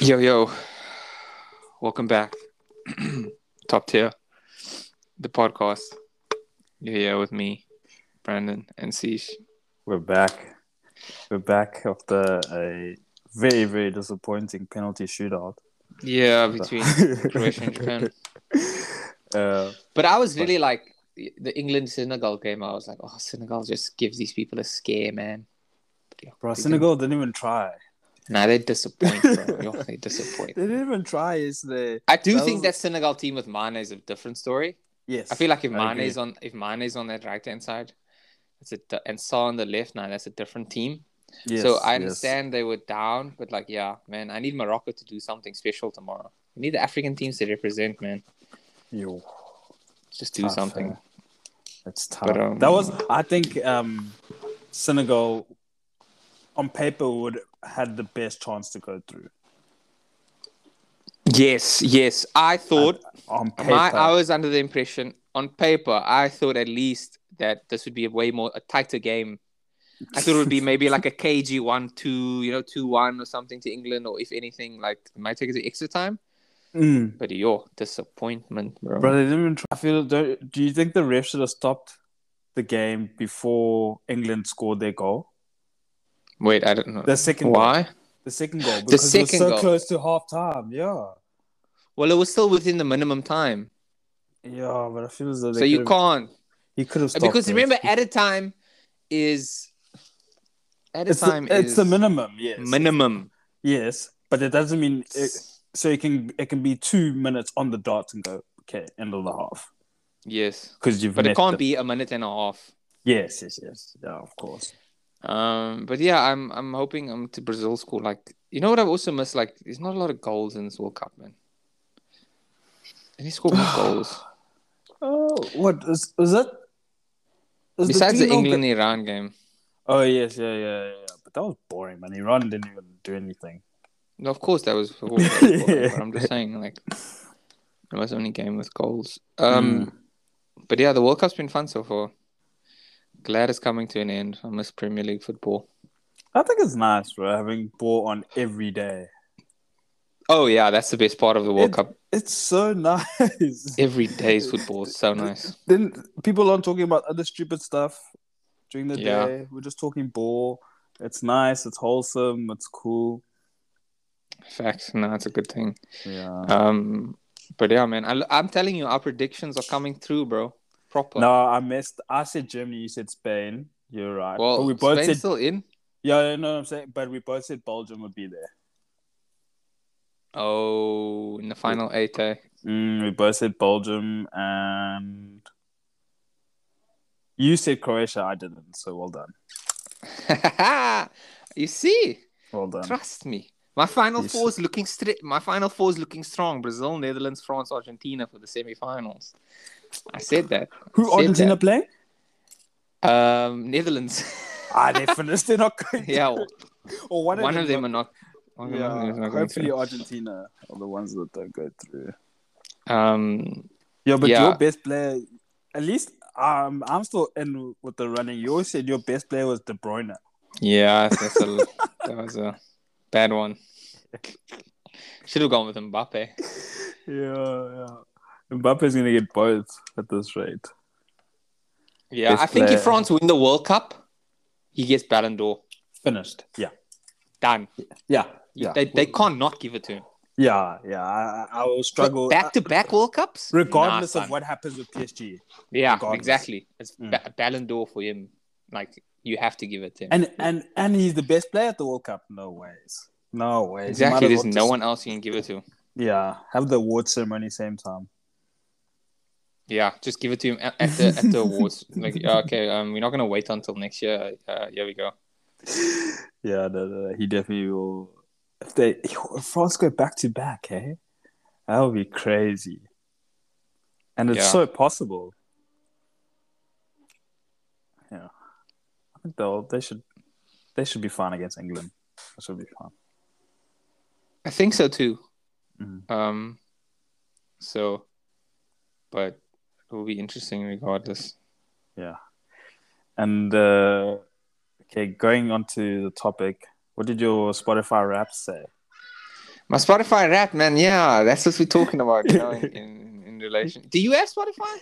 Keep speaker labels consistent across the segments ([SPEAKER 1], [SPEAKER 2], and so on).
[SPEAKER 1] Yo, yo. Welcome back. Top tier. The podcast. You're here with me, Brandon, and Siege.
[SPEAKER 2] We're back. We're back after a very, very disappointing penalty shootout.
[SPEAKER 1] Yeah, between Croatia and Japan.
[SPEAKER 2] Uh,
[SPEAKER 1] But I was really like, the the England Senegal game, I was like, oh, Senegal just gives these people a scare, man.
[SPEAKER 2] bro, Senegal didn't even try.
[SPEAKER 1] Nah, they disappoint, bro. Yo, they disappoint.
[SPEAKER 2] They didn't even try yesterday.
[SPEAKER 1] I do
[SPEAKER 2] That
[SPEAKER 1] think
[SPEAKER 2] was-
[SPEAKER 1] that Senegal team with Mane is a different story.
[SPEAKER 2] Yes.
[SPEAKER 1] I feel like if
[SPEAKER 2] I agree.
[SPEAKER 1] Mane's on if Mane's on that right hand side, it's a di- and Saw on the left now. That's a different team.
[SPEAKER 2] Yes,
[SPEAKER 1] so I
[SPEAKER 2] yes.
[SPEAKER 1] understand they were down, but like, yeah, man, I need Morocco to do something special tomorrow. We need the African teams to represent, man.
[SPEAKER 2] Yo,
[SPEAKER 1] Just do
[SPEAKER 2] tough,
[SPEAKER 1] something.
[SPEAKER 2] eh? It's tough.
[SPEAKER 1] But, um,
[SPEAKER 2] that was, I think, um, Senegal on paper would had the best chance to go through.
[SPEAKER 1] Yes, yes. I thought
[SPEAKER 2] On paper,
[SPEAKER 1] my I was under the impression on paper I thought at least that this would be a way more a tighter game. I thought it would be maybe like a KG one two, you know, two one or something to England, or if anything, like it might take it to extra time.
[SPEAKER 2] Mm.
[SPEAKER 1] But your disappointment, bro.
[SPEAKER 2] Bro, they didn't even try. I feel. Do, do you think the ref should have stopped the game before England scored their goal?
[SPEAKER 1] Wait, I don't know.
[SPEAKER 2] The second goal.
[SPEAKER 1] Why?
[SPEAKER 2] The second goal. Because it was
[SPEAKER 1] second
[SPEAKER 2] so
[SPEAKER 1] goal.
[SPEAKER 2] close to half time. Yeah.
[SPEAKER 1] Well, it was still within the minimum time,
[SPEAKER 2] Yeah, but I feel as though they
[SPEAKER 1] so you
[SPEAKER 2] could've-
[SPEAKER 1] can't. Uh,
[SPEAKER 2] He could have stopped.
[SPEAKER 1] Because
[SPEAKER 2] it.
[SPEAKER 1] remember, at a time is at a
[SPEAKER 2] it's
[SPEAKER 1] time
[SPEAKER 2] the,
[SPEAKER 1] is
[SPEAKER 2] it's the minimum. Yes.
[SPEAKER 1] minimum.
[SPEAKER 2] Yes, but it doesn't mean it, so. It can it can be two minutes on the dot and go okay end of the half
[SPEAKER 1] Yes,
[SPEAKER 2] because you've
[SPEAKER 1] but it
[SPEAKER 2] met
[SPEAKER 1] can't
[SPEAKER 2] the-
[SPEAKER 1] be a minute and a half.
[SPEAKER 2] Yes, yes, yes. Yeah, of course.
[SPEAKER 1] Um, but yeah, I'm I'm hoping I'm to Brazil school. Like, you know what I've also missed? Like, there's not a lot of goals in this World Cup, man. And he scored more goals
[SPEAKER 2] Oh, what is is that? is
[SPEAKER 1] besides the
[SPEAKER 2] 3-0
[SPEAKER 1] England Iran game.
[SPEAKER 2] Oh yes, yeah, yeah, yeah. yeah. But that was boring, man. Iran didn't even do anything.
[SPEAKER 1] No, of course that was. For, but I'm just saying, like, it was the only game with goals.
[SPEAKER 2] Mm.
[SPEAKER 1] Um, but yeah, the World Cup's been fun so far. Glad it's coming to an end. I miss Premier League football.
[SPEAKER 2] I think it's nice, bro, having ball on every day.
[SPEAKER 1] Oh yeah, that's the best part of the World
[SPEAKER 2] It-
[SPEAKER 1] Cup.
[SPEAKER 2] It's so nice.
[SPEAKER 1] Every day's football is so nice.
[SPEAKER 2] Then people aren't talking about other stupid stuff during the
[SPEAKER 1] Yeah.
[SPEAKER 2] day. We're just talking ball. It's nice. It's wholesome. It's cool.
[SPEAKER 1] Facts. No, it's a good thing.
[SPEAKER 2] Yeah.
[SPEAKER 1] Um, but yeah, man, I, I'm telling you, our predictions are coming through, bro. Proper.
[SPEAKER 2] no, I missed. I said Germany. You said Spain. You're right.
[SPEAKER 1] well,
[SPEAKER 2] but we both
[SPEAKER 1] Spain's
[SPEAKER 2] said.
[SPEAKER 1] still in.
[SPEAKER 2] Yeah, you know what I'm saying. But we both said Belgium would be there.
[SPEAKER 1] Oh, in the final eight, eh?
[SPEAKER 2] Mm, we both said Belgium and you said Croatia. I didn't. So well done.
[SPEAKER 1] you see,
[SPEAKER 2] Well done.
[SPEAKER 1] trust me. My final
[SPEAKER 2] Yes.
[SPEAKER 1] four is looking straight. My final four is looking strong. Brazil, Netherlands, France, Argentina for the semifinals. I said that.
[SPEAKER 2] Who
[SPEAKER 1] Said
[SPEAKER 2] Argentina playing?
[SPEAKER 1] Um, Netherlands.
[SPEAKER 2] Ah, they finished. They're not going.
[SPEAKER 1] yeah, one,
[SPEAKER 2] Or one,
[SPEAKER 1] of them are not. One of
[SPEAKER 2] Yeah,
[SPEAKER 1] them is not going
[SPEAKER 2] hopefully
[SPEAKER 1] through.
[SPEAKER 2] Argentina are the ones that don't go through.
[SPEAKER 1] Um,
[SPEAKER 2] Yeah, but
[SPEAKER 1] Yeah.
[SPEAKER 2] your best player, at least um, I'm still in with the running. You always said your best player was De Bruyne.
[SPEAKER 1] Yeah, that's a, that was a bad one. Should have gone with Mbappe.
[SPEAKER 2] Yeah, yeah. Mbappe's gonna get both at this rate.
[SPEAKER 1] Yeah,
[SPEAKER 2] Best
[SPEAKER 1] I think
[SPEAKER 2] player.
[SPEAKER 1] if France win the World Cup, he gets Ballon d'Or.
[SPEAKER 2] Finished. Yeah,
[SPEAKER 1] Done.
[SPEAKER 2] yeah, yeah,
[SPEAKER 1] They, they can't not give it to him.
[SPEAKER 2] yeah, yeah. I, I I will struggle
[SPEAKER 1] Back to back World Cups?
[SPEAKER 2] regardless
[SPEAKER 1] Nah,
[SPEAKER 2] of
[SPEAKER 1] son.
[SPEAKER 2] what happens with PSG.
[SPEAKER 1] Yeah,
[SPEAKER 2] regardless.
[SPEAKER 1] exactly. It's
[SPEAKER 2] Mm.
[SPEAKER 1] ba- Ballon d'Or for him. Like, you have to give it to him.
[SPEAKER 2] And and and he's the best player at the World Cup. No ways. No ways.
[SPEAKER 1] exactly. There's
[SPEAKER 2] There's
[SPEAKER 1] no one else you can give it to.
[SPEAKER 2] Yeah, have the award ceremony same time.
[SPEAKER 1] Yeah, just give it to him at, at the at the awards. like, yeah, okay, um, we're not gonna wait until next year. Uh, here we go.
[SPEAKER 2] Yeah, no, no, he definitely will. If they if France go back to back, eh? That would be crazy. And it's
[SPEAKER 1] Yeah.
[SPEAKER 2] so possible. Yeah, I think they'll they should they should be fine against England. That should be fine.
[SPEAKER 1] I think so too.
[SPEAKER 2] Mhm.
[SPEAKER 1] Um, so, but it will be interesting regardless.
[SPEAKER 2] And uh, okay, going on to the topic, what did your Spotify rap say?
[SPEAKER 1] My Spotify rap, man. Yeah, that's what we're talking about. You know, in, in, in relation. Do you have Spotify?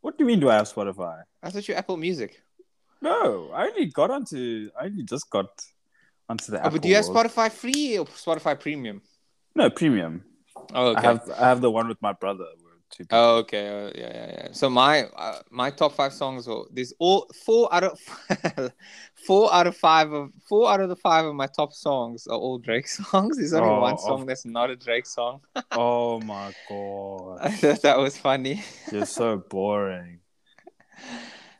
[SPEAKER 2] What do you mean? Do I have Spotify?
[SPEAKER 1] I thought you Apple Music.
[SPEAKER 2] No, I only got onto. I only just got onto the.
[SPEAKER 1] Oh,
[SPEAKER 2] Apple
[SPEAKER 1] but do you have
[SPEAKER 2] world.
[SPEAKER 1] Spotify free or Spotify Premium?
[SPEAKER 2] No premium.
[SPEAKER 1] Oh, okay.
[SPEAKER 2] I have. I have the one with my brother. where two people-
[SPEAKER 1] Oh, okay. Uh, yeah, yeah, yeah. So my uh, my top five songs were there's all four out of four out of five of four out of the five of my top songs are all Drake songs. There's only
[SPEAKER 2] Oh,
[SPEAKER 1] one
[SPEAKER 2] of-
[SPEAKER 1] song that's not a Drake song.
[SPEAKER 2] oh my god!
[SPEAKER 1] I thought that was funny.
[SPEAKER 2] You're so boring.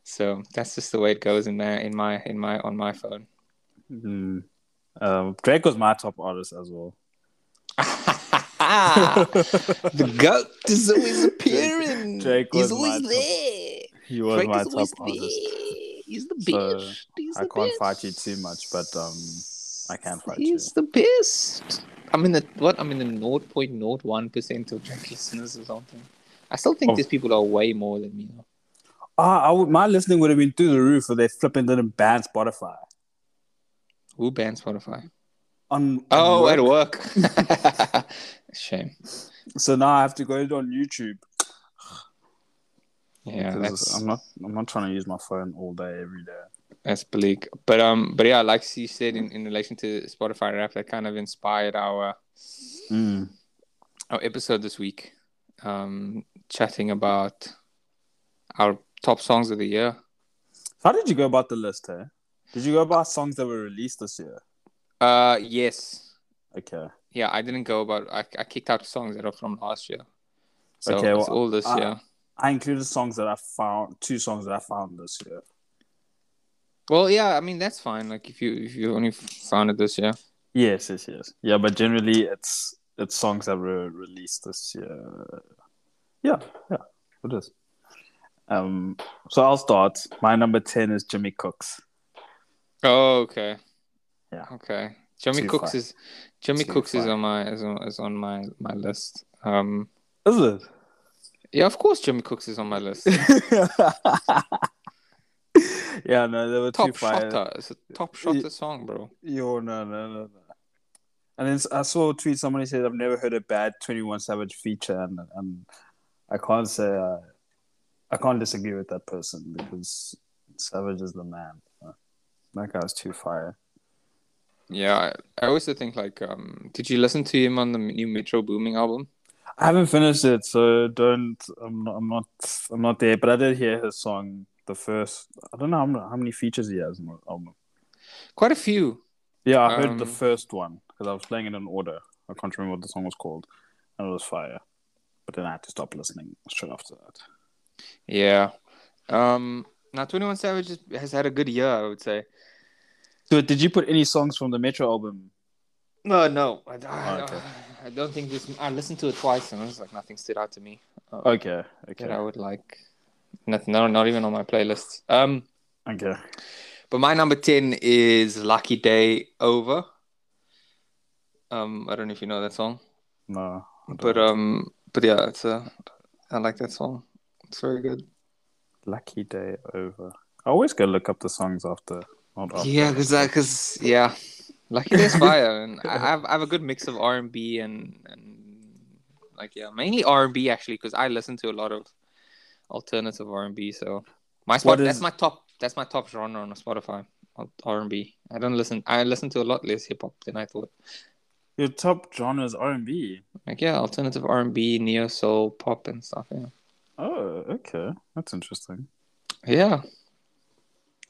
[SPEAKER 1] So that's just the way it goes in there in my in my on my phone.
[SPEAKER 2] Mm. Um, Drake was my top artist as well.
[SPEAKER 1] Ah, the goat is always appearing.
[SPEAKER 2] Drake was
[SPEAKER 1] He's always
[SPEAKER 2] my top-
[SPEAKER 1] there.
[SPEAKER 2] He was
[SPEAKER 1] Drake
[SPEAKER 2] my
[SPEAKER 1] is
[SPEAKER 2] top
[SPEAKER 1] always
[SPEAKER 2] artist.
[SPEAKER 1] there. He's the
[SPEAKER 2] So,
[SPEAKER 1] best. He's
[SPEAKER 2] I
[SPEAKER 1] the
[SPEAKER 2] can't
[SPEAKER 1] best.
[SPEAKER 2] fight you too much, but, um, I can fight you.
[SPEAKER 1] He's the best. I'm in the what? I'm in the 0.01 percent of Drake listeners or something. I still think
[SPEAKER 2] Of-
[SPEAKER 1] these people are way more than me.
[SPEAKER 2] Ah, I would, my listening would have been through the roof if they flipping didn't ban Spotify.
[SPEAKER 1] Who banned Spotify?
[SPEAKER 2] On
[SPEAKER 1] Oh,
[SPEAKER 2] on
[SPEAKER 1] at
[SPEAKER 2] work.
[SPEAKER 1] work. Shame.
[SPEAKER 2] so now I have to go on YouTube.
[SPEAKER 1] Yeah,
[SPEAKER 2] Because
[SPEAKER 1] that's
[SPEAKER 2] I'm not. I'm not trying to use my phone all day every day.
[SPEAKER 1] That's bleak. But um, but yeah, like you said in, in relation to Spotify rap, that kind of inspired our
[SPEAKER 2] Mm.
[SPEAKER 1] our episode this week. Um, chatting about our top songs of the year.
[SPEAKER 2] How did you go about the list? Hey? Did you go about songs that were released this year?
[SPEAKER 1] Uh, yes,
[SPEAKER 2] Okay.
[SPEAKER 1] yeah, I didn't go about. I, I kicked out songs that are from last year. So
[SPEAKER 2] Okay,
[SPEAKER 1] it's
[SPEAKER 2] well,
[SPEAKER 1] all this
[SPEAKER 2] I-
[SPEAKER 1] year.
[SPEAKER 2] I included songs that I found. Two songs that I found this year.
[SPEAKER 1] Well, yeah, I mean that's fine. Like if you if you only found it this year.
[SPEAKER 2] Yes, yes, yes. Yeah, but generally it's it's songs that were released this year. Yeah, yeah, it is. Um, so I'll start. My number ten is Jimmy Cooks.
[SPEAKER 1] Oh, okay.
[SPEAKER 2] Yeah.
[SPEAKER 1] Okay. Jimmy
[SPEAKER 2] Too
[SPEAKER 1] Cooks
[SPEAKER 2] far.
[SPEAKER 1] is Jimmy
[SPEAKER 2] Too
[SPEAKER 1] Cooks is
[SPEAKER 2] far.
[SPEAKER 1] on my is on, is on my my list. Um.
[SPEAKER 2] Is it?
[SPEAKER 1] Yeah, of course, Jimmy Cooks is on my list.
[SPEAKER 2] yeah, no, there were two
[SPEAKER 1] top
[SPEAKER 2] fire.
[SPEAKER 1] shotter. It's a top shotter song, bro.
[SPEAKER 2] Yo, no, no, no, no. And then s- I saw a tweet. Somebody said, "I've never heard a bad Twenty One Savage feature," and and I can't say uh, I can't disagree with that person because Savage is the man. That guy's too fire.
[SPEAKER 1] Yeah, I, I also think like, um, did you listen to him on the new Metro Booming album?
[SPEAKER 2] I haven't finished it, so don't. I'm not. I'm not. I'm not there. But I did hear his song, the first. I don't know how, many- how many features he has in the album.
[SPEAKER 1] Quite a few.
[SPEAKER 2] Yeah, I heard the
[SPEAKER 1] Um,
[SPEAKER 2] first one because I was playing it in order. I can't remember what the song was called, and it was fire. But then I had to stop listening straight after that.
[SPEAKER 1] Yeah. Um, now Twenty One Savage is- has had a good year, I would say.
[SPEAKER 2] So, did you put any songs from the Metro album?
[SPEAKER 1] No, no, I, I,
[SPEAKER 2] Oh, okay.
[SPEAKER 1] I don't think this. I listened to it twice, and it was like nothing stood out to me
[SPEAKER 2] Okay, okay,
[SPEAKER 1] that I would like. Not, no, not even on my playlist. Um,
[SPEAKER 2] okay.
[SPEAKER 1] But my number 10 is Lucky Day Over. Um, I don't know if you know that song,
[SPEAKER 2] No,
[SPEAKER 1] but um, but yeah, it's a, I like that song. It's very good.
[SPEAKER 2] Lucky Day Over. I always go look up the songs after. Not after.
[SPEAKER 1] Yeah, cause I, cause yeah, Lucky Day's fire, and I have I have a good mix of R and B and and like yeah, mainly R and B actually, because I listen to a lot of alternative R and B. So my spot
[SPEAKER 2] What
[SPEAKER 1] that's
[SPEAKER 2] is-
[SPEAKER 1] my top that's my top genre on Spotify. R and B. I don't listen. I listen to a lot less hip hop than I thought.
[SPEAKER 2] Your top genre is R and B.
[SPEAKER 1] Like yeah, alternative R and B, neo soul, pop, and stuff. Yeah,
[SPEAKER 2] Oh, okay, that's interesting.
[SPEAKER 1] yeah.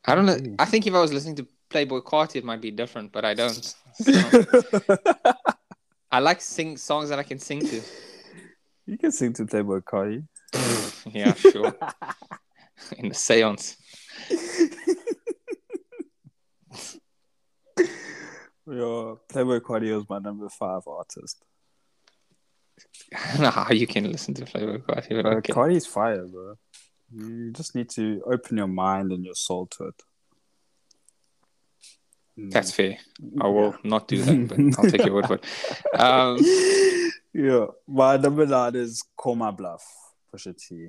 [SPEAKER 1] I don't know.
[SPEAKER 2] Okay.
[SPEAKER 1] I think if I was listening to Playboy Carti, it might be different, but I don't. So,
[SPEAKER 2] you
[SPEAKER 1] I like sing songs that I can sing to.
[SPEAKER 2] can sing to Playboy Cardi.
[SPEAKER 1] yeah, sure. In the seance.
[SPEAKER 2] Your Playboy Cardi was my number five artist.
[SPEAKER 1] I don't know how you can listen to Playboy Carti, but
[SPEAKER 2] Uh,
[SPEAKER 1] okay.
[SPEAKER 2] Cardi's fire, bro. You just need to open your mind and your soul to it. Mm.
[SPEAKER 1] That's fair. I will not do that, but I'll take your word for it. Um,
[SPEAKER 2] yeah, my number nine is Call My Bluff, Pusha T.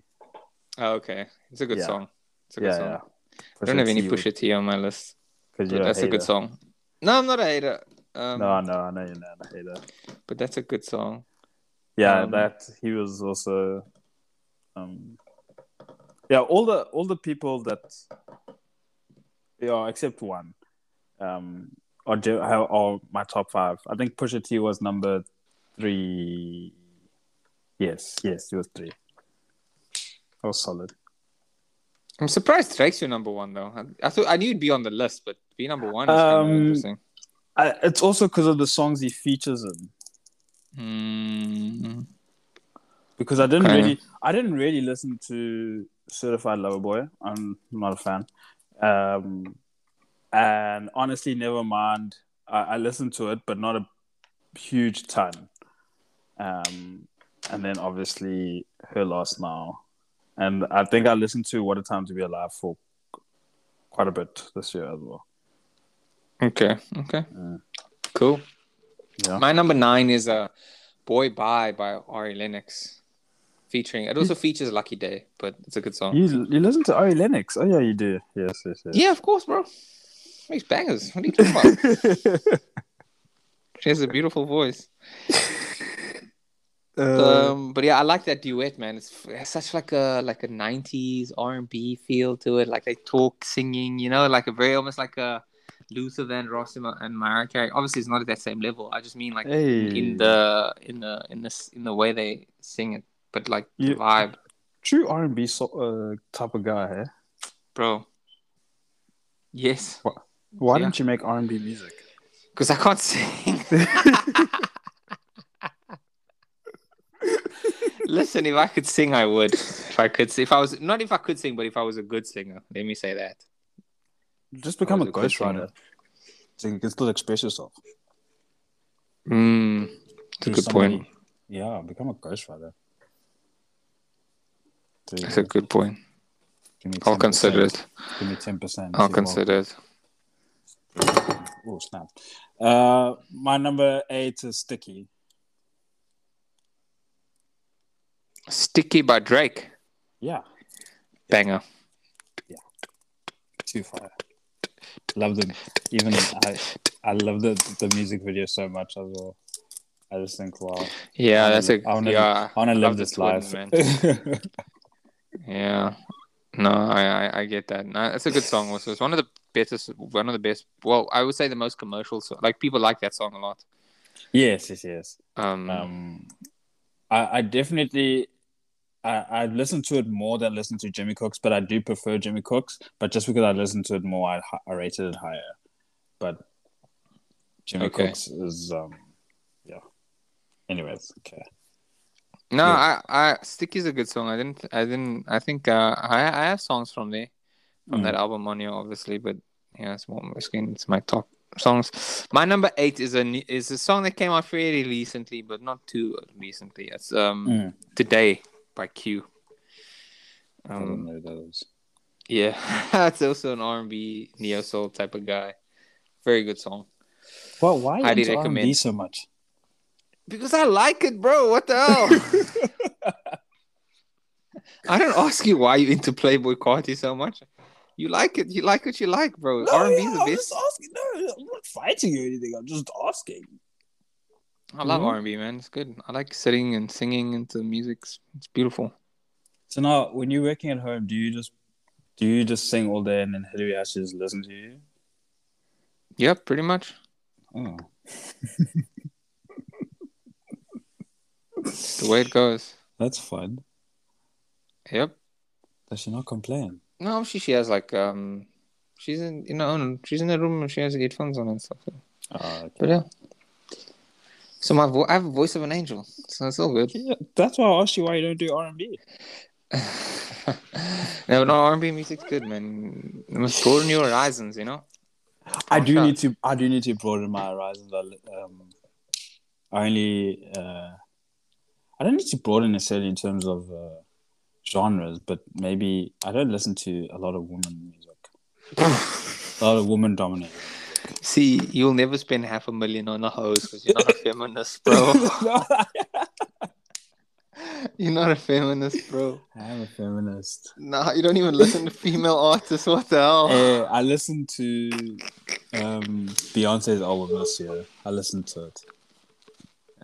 [SPEAKER 1] oh, okay, it's a good
[SPEAKER 2] Yeah.
[SPEAKER 1] song. It's a good
[SPEAKER 2] Yeah,
[SPEAKER 1] song.
[SPEAKER 2] yeah.
[SPEAKER 1] I don't have any Pusha T on my list,
[SPEAKER 2] because
[SPEAKER 1] but that's a good song. No, I'm not a hater. Um,
[SPEAKER 2] no, no, I know you're not a hater.
[SPEAKER 1] But that's a good song.
[SPEAKER 2] Yeah,
[SPEAKER 1] Um,
[SPEAKER 2] that he was also. Um, yeah, all the all the people that, yeah, except one, um, are, do- are are my top five. I think Pusha T was number three. Yes, yes, he was three. That was solid.
[SPEAKER 1] I'm surprised Drake's your number one though. I, I thought I knew you'd be on the list, but be number one is kind
[SPEAKER 2] Um,
[SPEAKER 1] of interesting.
[SPEAKER 2] I, it's also because of the songs he features in.
[SPEAKER 1] Mm,
[SPEAKER 2] Because I didn't
[SPEAKER 1] Okay.
[SPEAKER 2] really, I didn't really listen to Certified Lover Boy. I'm not a fan. Um, and honestly, never mind. I, I listened to it, but not a huge ton. Um, and then obviously her last now, and I think I listened to What a Time to Be Alive for quite a bit this year as well.
[SPEAKER 1] okay, okay,
[SPEAKER 2] Yeah.
[SPEAKER 1] cool.
[SPEAKER 2] Yeah.
[SPEAKER 1] My number nine is uh, "Boy Bye" by Ari Lennox, featuring. It also features Lucky Day, but it's a good song.
[SPEAKER 2] You you listen to Ari Lennox? Oh yeah, you do. Yes, yes, yes.
[SPEAKER 1] Yeah, of course, bro. Makes bangers. What are you talking about? she has a beautiful voice.
[SPEAKER 2] Uh,
[SPEAKER 1] Um, but yeah, I like that duet, man. It's, f- it's such like a like a '90s R&B feel to it. Like they talk, singing, you know, like a very almost like a Luther Van Rossum and Mariah Carey. Obviously, it's not at that same level. I just mean like
[SPEAKER 2] hey.
[SPEAKER 1] in the in the in this in the way they sing it, but like
[SPEAKER 2] Yeah.
[SPEAKER 1] the vibe,
[SPEAKER 2] true R and B so, uh, type of guy. Eh?
[SPEAKER 1] bro. Yes,
[SPEAKER 2] Why
[SPEAKER 1] Yeah.
[SPEAKER 2] didn't you make R and B music?
[SPEAKER 1] because I can't sing. Listen, if I could sing, I would. If I could, if I was not if I could sing, but if I was a good singer, let me say that.
[SPEAKER 2] Just become
[SPEAKER 1] was
[SPEAKER 2] a
[SPEAKER 1] a good singer.
[SPEAKER 2] ghostwriter. So you can still express yourself.
[SPEAKER 1] Mm, that's a
[SPEAKER 2] Be
[SPEAKER 1] good
[SPEAKER 2] somebody.
[SPEAKER 1] point.
[SPEAKER 2] Yeah, become a ghostwriter. There you
[SPEAKER 1] That's
[SPEAKER 2] go.
[SPEAKER 1] a good point.
[SPEAKER 2] Give me
[SPEAKER 1] I'll
[SPEAKER 2] 10%.
[SPEAKER 1] consider it.
[SPEAKER 2] Give me ten percent.
[SPEAKER 1] I'll consider it.
[SPEAKER 2] Oh snap! Uh, my number eight is Sticky.
[SPEAKER 1] Sticky by Drake.
[SPEAKER 2] Yeah,
[SPEAKER 1] Banger.
[SPEAKER 2] too far. Love the even I. I love the the music video so much as well. I just think wow.
[SPEAKER 1] Yeah,
[SPEAKER 2] wanna
[SPEAKER 1] that's a
[SPEAKER 2] li- I wanna-
[SPEAKER 1] yeah.
[SPEAKER 2] I want to live
[SPEAKER 1] Love
[SPEAKER 2] this
[SPEAKER 1] the twins,
[SPEAKER 2] life.
[SPEAKER 1] man. Yeah. No, I, I, I get that. No, it's a good song also. It's one of the best one of the best well, I would say the most commercial so like people like that song a lot.
[SPEAKER 2] yes, yes, yes.
[SPEAKER 1] Um,
[SPEAKER 2] Um, I, I definitely, I, I listen to it more than listen to Jimmy Cooks, but I do prefer Jimmy Cooks. But just because I listen to it more, I, hi- I rated it higher. But Jimmy
[SPEAKER 1] Okay.
[SPEAKER 2] Cooks is, um, yeah. Anyways, okay.
[SPEAKER 1] No,
[SPEAKER 2] yeah.
[SPEAKER 1] I, I Sticky's a good song. I didn't I didn't I think uh I I have songs from there. from
[SPEAKER 2] Mm.
[SPEAKER 1] that album on here, obviously. But yeah, it's more screen. It's my top songs. My number eight is a new- is a song that came out fairly recently, but not too recently. It's um
[SPEAKER 2] Mm.
[SPEAKER 1] today by Q.
[SPEAKER 2] I don't
[SPEAKER 1] Um,
[SPEAKER 2] know those.
[SPEAKER 1] yeah, it's also an R and B neo soul type of guy. Very good song.
[SPEAKER 2] Well, why are you
[SPEAKER 1] highly
[SPEAKER 2] into R&B
[SPEAKER 1] recommend.
[SPEAKER 2] so much?
[SPEAKER 1] Because I like it, bro. What the hell? I don't ask you why you into Playboy Carti so much. You like it. You like what you like, bro. R and B is the best.
[SPEAKER 2] asking. No, I'm not fighting you or anything. I'm just asking.
[SPEAKER 1] I love
[SPEAKER 2] Mhm.
[SPEAKER 1] R and B, man. It's good. I like sitting and singing into the music. It's, it's beautiful.
[SPEAKER 2] So now, when you're working at home, do you just do you just sing all day and then Hillary has to just listen to you?
[SPEAKER 1] Yeah, pretty much.
[SPEAKER 2] Oh,
[SPEAKER 1] It's the way it goes.
[SPEAKER 2] that's fun.
[SPEAKER 1] Yep.
[SPEAKER 2] Does she not complain?
[SPEAKER 1] No, she she has like um, she's in in her own. She's in her room and she has headphones on and stuff.
[SPEAKER 2] Oh, okay.
[SPEAKER 1] But yeah. So my vo- I have a voice of an angel, so it's all good.
[SPEAKER 2] Yeah, that's why I asked you why you don't do R and B.
[SPEAKER 1] no, no R and B music's good, man. You must broaden your horizons, you know.
[SPEAKER 2] I do
[SPEAKER 1] Okay.
[SPEAKER 2] need to. I do need to broaden my horizons. I, li- um, I only. Uh, I don't need to broaden necessarily in terms of uh, genres, but maybe I don't listen to a lot of women music. A lot of woman dominated.
[SPEAKER 1] See, you'll never spend half a million on a hose because you're not a feminist, bro. you're not a feminist, bro.
[SPEAKER 2] I am a feminist.
[SPEAKER 1] Nah, you don't even listen to female artists. What the hell?
[SPEAKER 2] Uh, I listen to um, Beyonce's album this year. I listened to it.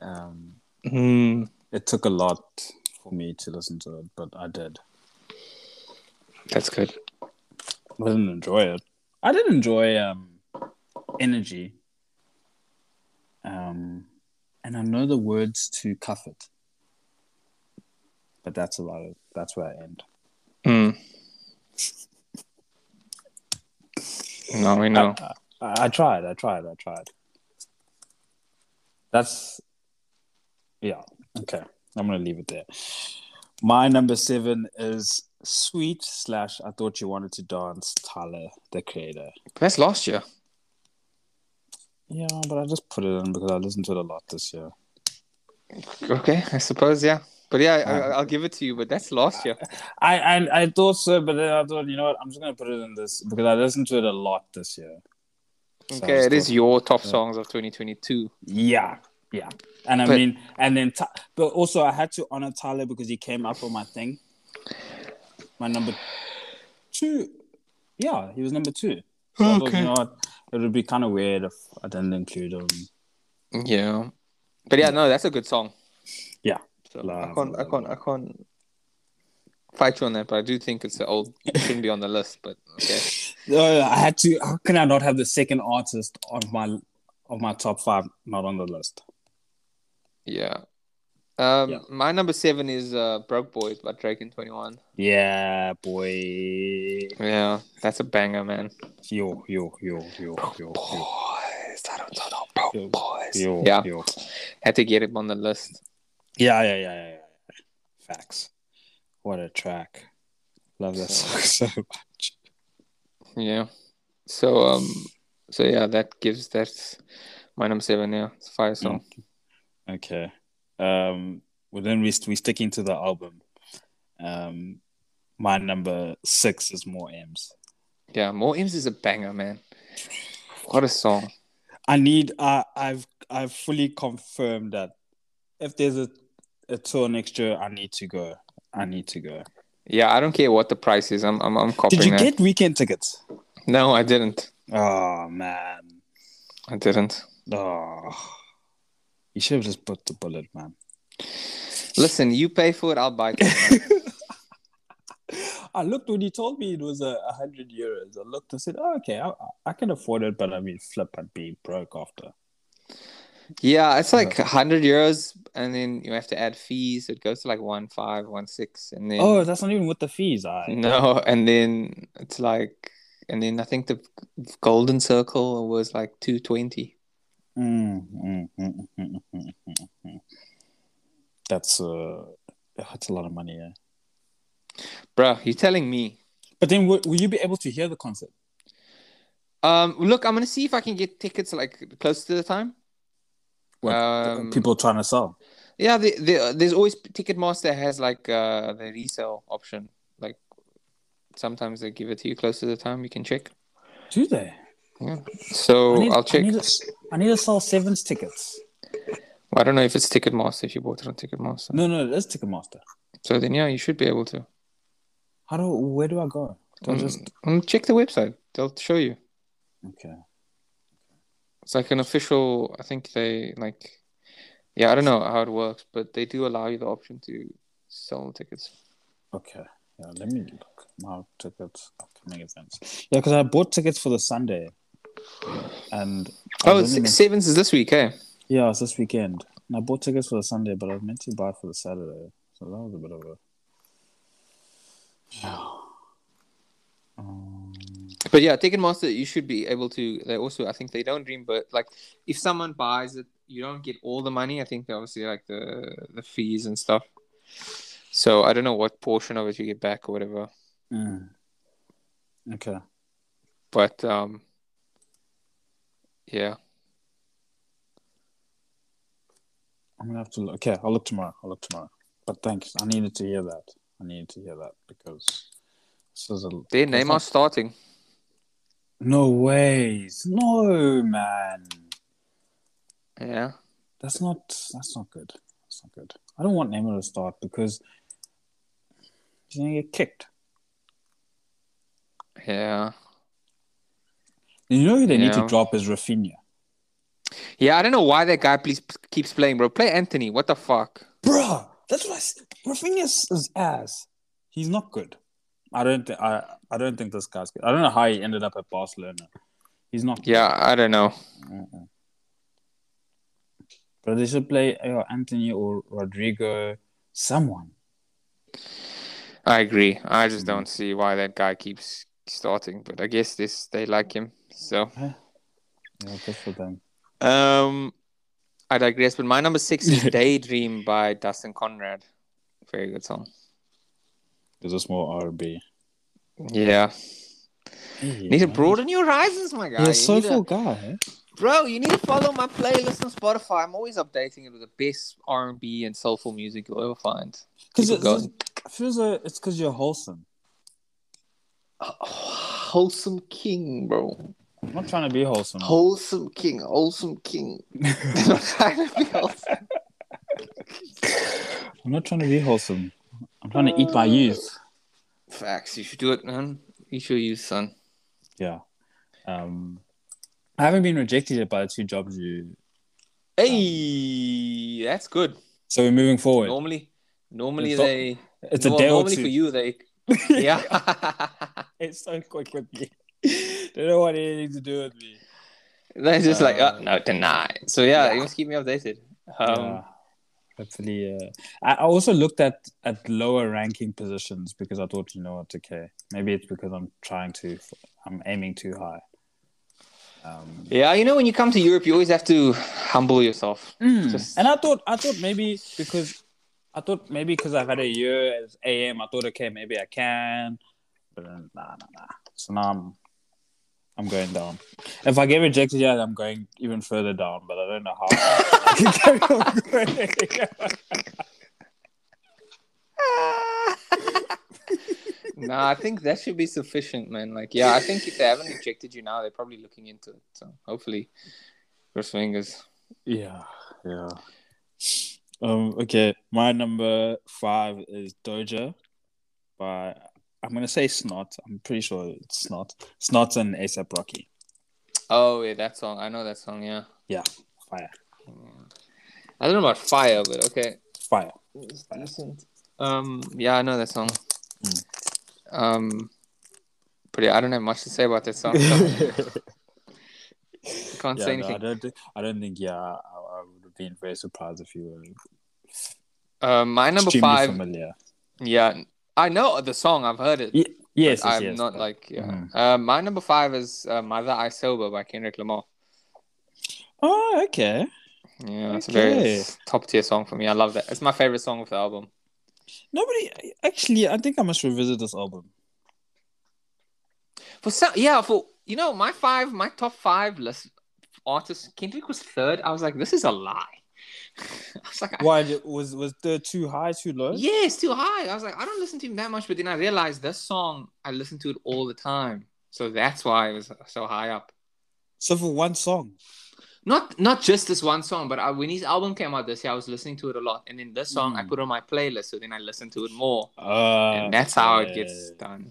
[SPEAKER 2] Um,
[SPEAKER 1] Mm.
[SPEAKER 2] it took a lot for me to listen to it, but I did.
[SPEAKER 1] That's good.
[SPEAKER 2] I didn't enjoy it. I did enjoy um, Energy. Um, and I know the words to Cuff It. But that's about it. That's where I end.
[SPEAKER 1] Mm. No, we know.
[SPEAKER 2] I, I, I tried. I tried. I tried. That's yeah. Okay, I'm gonna leave it there. My number seven is "Sweet" slash "I Thought You Wanted to Dance" Tyler, the creator.
[SPEAKER 1] That's last year.
[SPEAKER 2] Yeah, but I just put it in because I listened to it a lot this year.
[SPEAKER 1] Okay, I suppose, yeah. But yeah, I, I- I'll give it to you, but that's last year.
[SPEAKER 2] I I, I thought so, but then I thought, you know what? I'm just gonna put it in this because I listened to it a lot this year. So I
[SPEAKER 1] Okay,
[SPEAKER 2] just
[SPEAKER 1] it is
[SPEAKER 2] thought-
[SPEAKER 1] your top
[SPEAKER 2] Yeah.
[SPEAKER 1] songs of 2022.
[SPEAKER 2] Yeah, yeah. And I
[SPEAKER 1] But-
[SPEAKER 2] mean, and then, Ty- but also I had to honor Tyler because he came up on my thing. My number two. Yeah, he was number two. So I thought,
[SPEAKER 1] Okay.
[SPEAKER 2] you know what, it would be kind of weird if I didn't include him.
[SPEAKER 1] Yeah. But yeah, no, that's a good song.
[SPEAKER 2] Yeah.
[SPEAKER 1] So
[SPEAKER 2] Love,
[SPEAKER 1] I can't, I
[SPEAKER 2] love,
[SPEAKER 1] can't, I
[SPEAKER 2] love.
[SPEAKER 1] can't fight you on that, but I do think it's the old, it shouldn't be on the list, but okay.
[SPEAKER 2] Uh, I had to. How can I not have the second artist of my of my top five not on the list?
[SPEAKER 1] Yeah. Um,
[SPEAKER 2] Yeah.
[SPEAKER 1] my number seven is uh, "Broke Boys" by Drake and Twenty One.
[SPEAKER 2] Yeah, boy.
[SPEAKER 1] Yeah, that's a banger, man.
[SPEAKER 2] Yo, yo, yo, yo, yo, yo,
[SPEAKER 1] Boys, I don't know, broke
[SPEAKER 2] Yo,
[SPEAKER 1] boys.
[SPEAKER 2] yo,
[SPEAKER 1] yeah,
[SPEAKER 2] yo.
[SPEAKER 1] had to get it on the list.
[SPEAKER 2] Yeah, yeah, yeah, yeah, yeah. Facts. What a track. Love that song so much.
[SPEAKER 1] Yeah. So um, so yeah, that gives that's my number seven. Yeah, it's a fire song.
[SPEAKER 2] Okay. Um well then we we sticking to the album. Um my number six is more M's.
[SPEAKER 1] Yeah, more M's is a banger, man. What a song.
[SPEAKER 2] I need I I've I've fully confirmed that if there's a, a tour next year, I need to go. I need to go.
[SPEAKER 1] Yeah, I don't care what the price is. I'm I'm I'm copying
[SPEAKER 2] Did you
[SPEAKER 1] that.
[SPEAKER 2] get weekend tickets?
[SPEAKER 1] No, I didn't.
[SPEAKER 2] Oh man.
[SPEAKER 1] I didn't.
[SPEAKER 2] Oh you should have just put the bullet, man.
[SPEAKER 1] Listen, you pay for it, I'll buy it.
[SPEAKER 2] I looked when he told me it was a uh, hundred euros. I looked and said, oh, "Okay, I, I can afford it," but I mean, flip, I'd be broke after.
[SPEAKER 1] Yeah, it's like hundred euros, and then you have to add fees. It goes to like one five, one six, and then
[SPEAKER 2] Oh, that's not even with the fees. I
[SPEAKER 1] no, and then it's like, and then I think the golden circle was like two twenty.
[SPEAKER 2] Mm, mm, mm, mm, mm, mm, mm, mm. that's uh, that's a lot of money. Yeah.
[SPEAKER 1] Bruh, you're telling me?
[SPEAKER 2] But then, w- will you be able to hear the concert?
[SPEAKER 1] Um, look, I'm gonna see if I can get tickets like close to the time.
[SPEAKER 2] What
[SPEAKER 1] Um,
[SPEAKER 2] people trying to sell?
[SPEAKER 1] Yeah, the, the, there's always Ticketmaster has like uh the resale option. Like sometimes they give it to you close to the time. You can check.
[SPEAKER 2] Do they?
[SPEAKER 1] Yeah.
[SPEAKER 2] I
[SPEAKER 1] So
[SPEAKER 2] need-
[SPEAKER 1] I'll
[SPEAKER 2] I
[SPEAKER 1] check.
[SPEAKER 2] need, to, I need to sell sevens tickets.
[SPEAKER 1] Well, I don't know if it's Ticketmaster if you bought it on Ticketmaster.
[SPEAKER 2] No, no, that's Ticketmaster.
[SPEAKER 1] So then, yeah, you should be able to.
[SPEAKER 2] How do? Where do I go? Do I
[SPEAKER 1] Mm,
[SPEAKER 2] just?
[SPEAKER 1] mm, check the website. They'll show you.
[SPEAKER 2] Okay.
[SPEAKER 1] It's like an official. I think they like. Yeah, I don't know how it works, but they do allow you the option to sell tickets.
[SPEAKER 2] Okay. Yeah, let me look. My tickets, upcoming events. Yeah, because I bought tickets for the Sunday. And I
[SPEAKER 1] Oh,
[SPEAKER 2] was
[SPEAKER 1] it's
[SPEAKER 2] only meant-
[SPEAKER 1] sevens is this week, eh?
[SPEAKER 2] yeah, it's this weekend. And I bought tickets for the Sunday, but I was meant to buy for the Saturday. So that was a bit of a. Yeah. Um,
[SPEAKER 1] But yeah, Ticketmaster, you should be able to. They also, I think, they don't dream, but like, if someone buys it, you don't get all the money. I think they obviously like the the fees and stuff. So I don't know what portion of it you get back or whatever.
[SPEAKER 2] mm. Okay.
[SPEAKER 1] But um, yeah.
[SPEAKER 2] I'm gonna have to look. Okay, I'll look tomorrow. I'll look tomorrow. But thanks. I needed to hear that. I needed to hear that because this is a.
[SPEAKER 1] Their name are starting.
[SPEAKER 2] No ways. No, man.
[SPEAKER 1] Yeah.
[SPEAKER 2] That's not that's not good. That's not good. I don't want Neymar to start because he's gonna get kicked.
[SPEAKER 1] Yeah.
[SPEAKER 2] You know who they need to
[SPEAKER 1] Yeah.
[SPEAKER 2] drop is Rafinha.
[SPEAKER 1] Yeah, I don't know why that guy please keeps playing, bro. Play Anthony. What the fuck?
[SPEAKER 2] Bruh, that's what I said. Rafinha's is ass. He's not good. I don't think I, I don't think this guy's good. I don't know how he ended up at Barcelona. He's not good.
[SPEAKER 1] Yeah, I don't know.
[SPEAKER 2] Mm-mm. But they should play uh, Anthony or Rodrigo, someone.
[SPEAKER 1] I agree. I just
[SPEAKER 2] Mm.
[SPEAKER 1] don't see why that guy keeps starting, but I guess this they like him. So,
[SPEAKER 2] Yeah, good for them.
[SPEAKER 1] um, I digress. But my number six is "Daydream" by Dustin Conrad. Very good song.
[SPEAKER 2] There's a small RB.
[SPEAKER 1] Yeah, need to broaden your horizons, my guy.
[SPEAKER 2] He's a
[SPEAKER 1] You need to-
[SPEAKER 2] soulful guy. eh?
[SPEAKER 1] Bro, you need to follow my playlist on Spotify. I'm always updating it with the best R and B and soulful music you'll ever find.
[SPEAKER 2] Because
[SPEAKER 1] Keep
[SPEAKER 2] it,
[SPEAKER 1] it going.
[SPEAKER 2] it feels like it's because you're wholesome.
[SPEAKER 1] Wholesome King, bro.
[SPEAKER 2] I'm not trying to be wholesome.
[SPEAKER 1] Wholesome King. Wholesome King. I'm trying to be wholesome.
[SPEAKER 2] I'm not trying to be wholesome. I'm trying to eat my youth.
[SPEAKER 1] Facts. You should do it, man. You should use son.
[SPEAKER 2] Yeah. Um, I haven't been rejected yet by the two jobs you.
[SPEAKER 1] Hey, that's good.
[SPEAKER 2] So we're moving forward.
[SPEAKER 1] Normally, normally
[SPEAKER 2] It's not-
[SPEAKER 1] they.
[SPEAKER 2] it's
[SPEAKER 1] nor-
[SPEAKER 2] a day or
[SPEAKER 1] normally
[SPEAKER 2] two.
[SPEAKER 1] for you they. Yeah.
[SPEAKER 2] It's so quick with me. they don't want anything to do with me.
[SPEAKER 1] They're just like,
[SPEAKER 2] Uh,
[SPEAKER 1] oh, no, deny. So yeah,
[SPEAKER 2] yeah.
[SPEAKER 1] you must keep me updated. Um,
[SPEAKER 2] yeah. Hopefully, uh, I, I also looked at at lower ranking positions because I thought, you know what, okay, maybe it's because I'm trying to, I'm aiming too high. Um,
[SPEAKER 1] Yeah, you know, when you come to Europe, you always have to humble yourself.
[SPEAKER 2] Mm.
[SPEAKER 1] Just-
[SPEAKER 2] And I thought, I thought maybe because, I thought maybe because I've had a year as AM, I thought, okay, maybe I can, but then, nah, nah, nah. So now I'm, I'm going down. If I get rejected, yeah, I'm going even further down. But I don't know how. I can carry on going.
[SPEAKER 1] nah, I think that should be sufficient, man. Like, yeah, I think if they haven't rejected you now, they're probably looking into it. So hopefully, cross fingers.
[SPEAKER 2] yeah, yeah. Um. Okay, my number five is Doja, by I'm gonna say Snot. I'm pretty sure it's Snot. Snot's and ASAP Rocky.
[SPEAKER 1] Oh, yeah, that song. I know that song, yeah.
[SPEAKER 2] Yeah, fire,
[SPEAKER 1] I don't know about fire, but okay.
[SPEAKER 2] fire.
[SPEAKER 1] It's decent. Um, yeah, I know that song.
[SPEAKER 2] Hmm.
[SPEAKER 1] Um, but yeah, I don't have much to say about that song. So I can't
[SPEAKER 2] yeah,
[SPEAKER 1] say
[SPEAKER 2] no, I
[SPEAKER 1] anything.
[SPEAKER 2] don't. Think, I don't think. Yeah, I, I would have been very surprised if you were
[SPEAKER 1] Um, my number
[SPEAKER 2] extremely
[SPEAKER 1] five.
[SPEAKER 2] familiar.
[SPEAKER 1] Yeah, I know the song. I've heard it.
[SPEAKER 2] Ye- Yes,
[SPEAKER 1] but
[SPEAKER 2] yes,
[SPEAKER 1] I'm
[SPEAKER 2] yes,
[SPEAKER 1] not
[SPEAKER 2] but-
[SPEAKER 1] like yeah.
[SPEAKER 2] Mhm.
[SPEAKER 1] Uh, my number five is uh, "Mother I Sober" by Kendrick Lamar.
[SPEAKER 2] Oh, okay.
[SPEAKER 1] Yeah, it's a
[SPEAKER 2] Okay.
[SPEAKER 1] very top tier song for me. I love that. It's my favorite song of the album.
[SPEAKER 2] Nobody actually. I think I must revisit this album.
[SPEAKER 1] For some, yeah, for you know, my five, my top five list artists. Kendrick was third. I was like, this is a lie. I was like, I-
[SPEAKER 2] Why did- was was the too high, too low?
[SPEAKER 1] yeah, it's too high. I was like, I don't listen to him that much, but then I realized this song I listen to it all the time, so that's why it was so high up.
[SPEAKER 2] So for one song.
[SPEAKER 1] not not just this one song, but I, when his album came out this year, I was listening to it a lot, and then this song I
[SPEAKER 2] Mm.
[SPEAKER 1] put on my playlist, so then I listened to it more,
[SPEAKER 2] Uh,
[SPEAKER 1] and that's how it
[SPEAKER 2] okay.
[SPEAKER 1] gets done.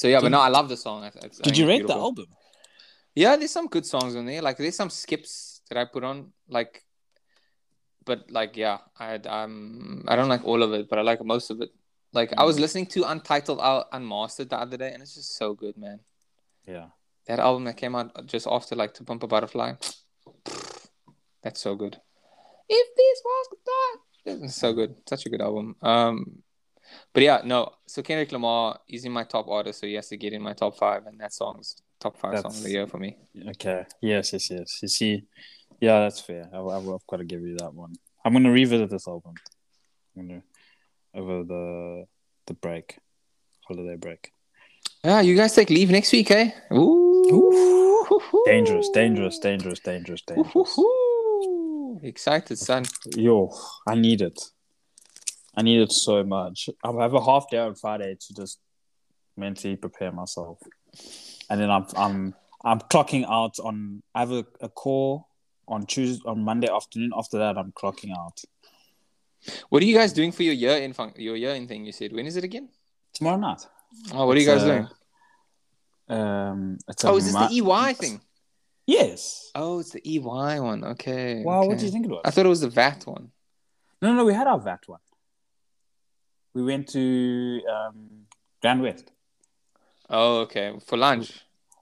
[SPEAKER 1] So yeah, but
[SPEAKER 2] Did-
[SPEAKER 1] no, I love the song. I, I- I think
[SPEAKER 2] Did you
[SPEAKER 1] it's uh,
[SPEAKER 2] rate the
[SPEAKER 1] beautiful.
[SPEAKER 2] album?
[SPEAKER 1] Yeah, there's some good songs on there. Like there's some skips that I put on, like, but like yeah, I um I don't like all of it, but I like most of it. Like I was
[SPEAKER 2] Mm.
[SPEAKER 1] listening to Untitled Out Unmastered the other day, and it's just so good, man.
[SPEAKER 2] Yeah.
[SPEAKER 1] That album that came out just after like To Pump a Butterfly. That's so good. If this was the time. It's so good. Such a good album. Um but yeah, no. So Kendrick Lamar is in my top order, so he has to get in my top five, and that song's top five song of
[SPEAKER 2] That's-
[SPEAKER 1] the year for me.
[SPEAKER 2] Okay. Yes, yes, yes. You see, yeah, that's fair. I, I, I've got to give you that one. I'm gonna revisit this album. I'm gonna over the the break, holiday break.
[SPEAKER 1] Yeah, Ah, you guys take leave next week, eh? Ooh.
[SPEAKER 2] Dangerous, dangerous, dangerous, dangerous, dangerous.
[SPEAKER 1] Ooh. Excited, son.
[SPEAKER 2] Yo, I need it. I need it so much. I have a half day on Friday to just mentally prepare myself, and then I'm I'm I'm clocking out on. I have a, a call on Tuesday on Monday afternoon. After that, I'm clocking out.
[SPEAKER 1] What are you guys doing for your year in fun- your year in thing you said? When is it again?
[SPEAKER 2] Tomorrow night.
[SPEAKER 1] Oh, what are you guys
[SPEAKER 2] It's, uh,
[SPEAKER 1] doing?
[SPEAKER 2] Um, it's a
[SPEAKER 1] Oh, is this
[SPEAKER 2] ma-
[SPEAKER 1] the EY thing?
[SPEAKER 2] Yes.
[SPEAKER 1] Oh, it's the EY one. Okay.
[SPEAKER 2] Wow, what
[SPEAKER 1] okay.
[SPEAKER 2] do you think it was?
[SPEAKER 1] I thought it was the VAT one.
[SPEAKER 2] No, no, we had our VAT one. We went to um, Grand West.
[SPEAKER 1] Oh, okay. For lunch.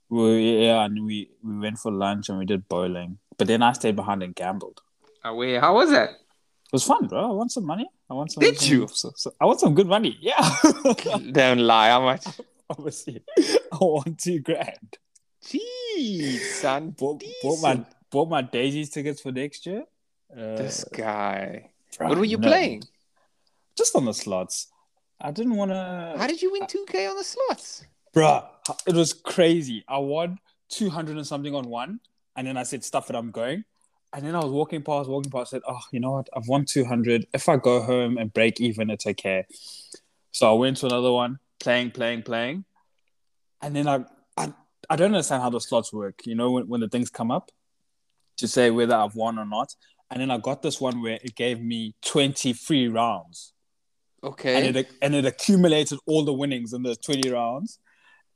[SPEAKER 2] We, yeah, and we, we went for lunch and we did bowling. But then I stayed behind and gambled.
[SPEAKER 1] Oh, wait, how was that?
[SPEAKER 2] It was fun, bro. I want some money. I want some.
[SPEAKER 1] Did
[SPEAKER 2] some-
[SPEAKER 1] you?
[SPEAKER 2] so- so- I want some good money. Yeah.
[SPEAKER 1] Don't lie. How much?
[SPEAKER 2] Obviously, I want two grand.
[SPEAKER 1] Jeez, son.
[SPEAKER 2] Bought, bought my
[SPEAKER 1] Decent.
[SPEAKER 2] bought my Daisy's tickets for next year. Uh,
[SPEAKER 1] This guy.
[SPEAKER 2] bro,
[SPEAKER 1] what were you
[SPEAKER 2] no.
[SPEAKER 1] playing?
[SPEAKER 2] Just on the slots. I didn't want to.
[SPEAKER 1] How did you win 2K on the slots?
[SPEAKER 2] Bruh, it was crazy. I won 200 and something on one. And then I said, stuff it, I'm going. And then I was walking past, walking past, said, oh, you know what? I've won 200. If I go home and break even, it's okay. So I went to another one, playing, playing, playing. And then I, I, I don't understand how the slots work, you know, when, when the things come up to say whether I've won or not. And then I got this one where it gave me 20 free rounds
[SPEAKER 1] Okay.
[SPEAKER 2] and it and it accumulated all the winnings in the 20 rounds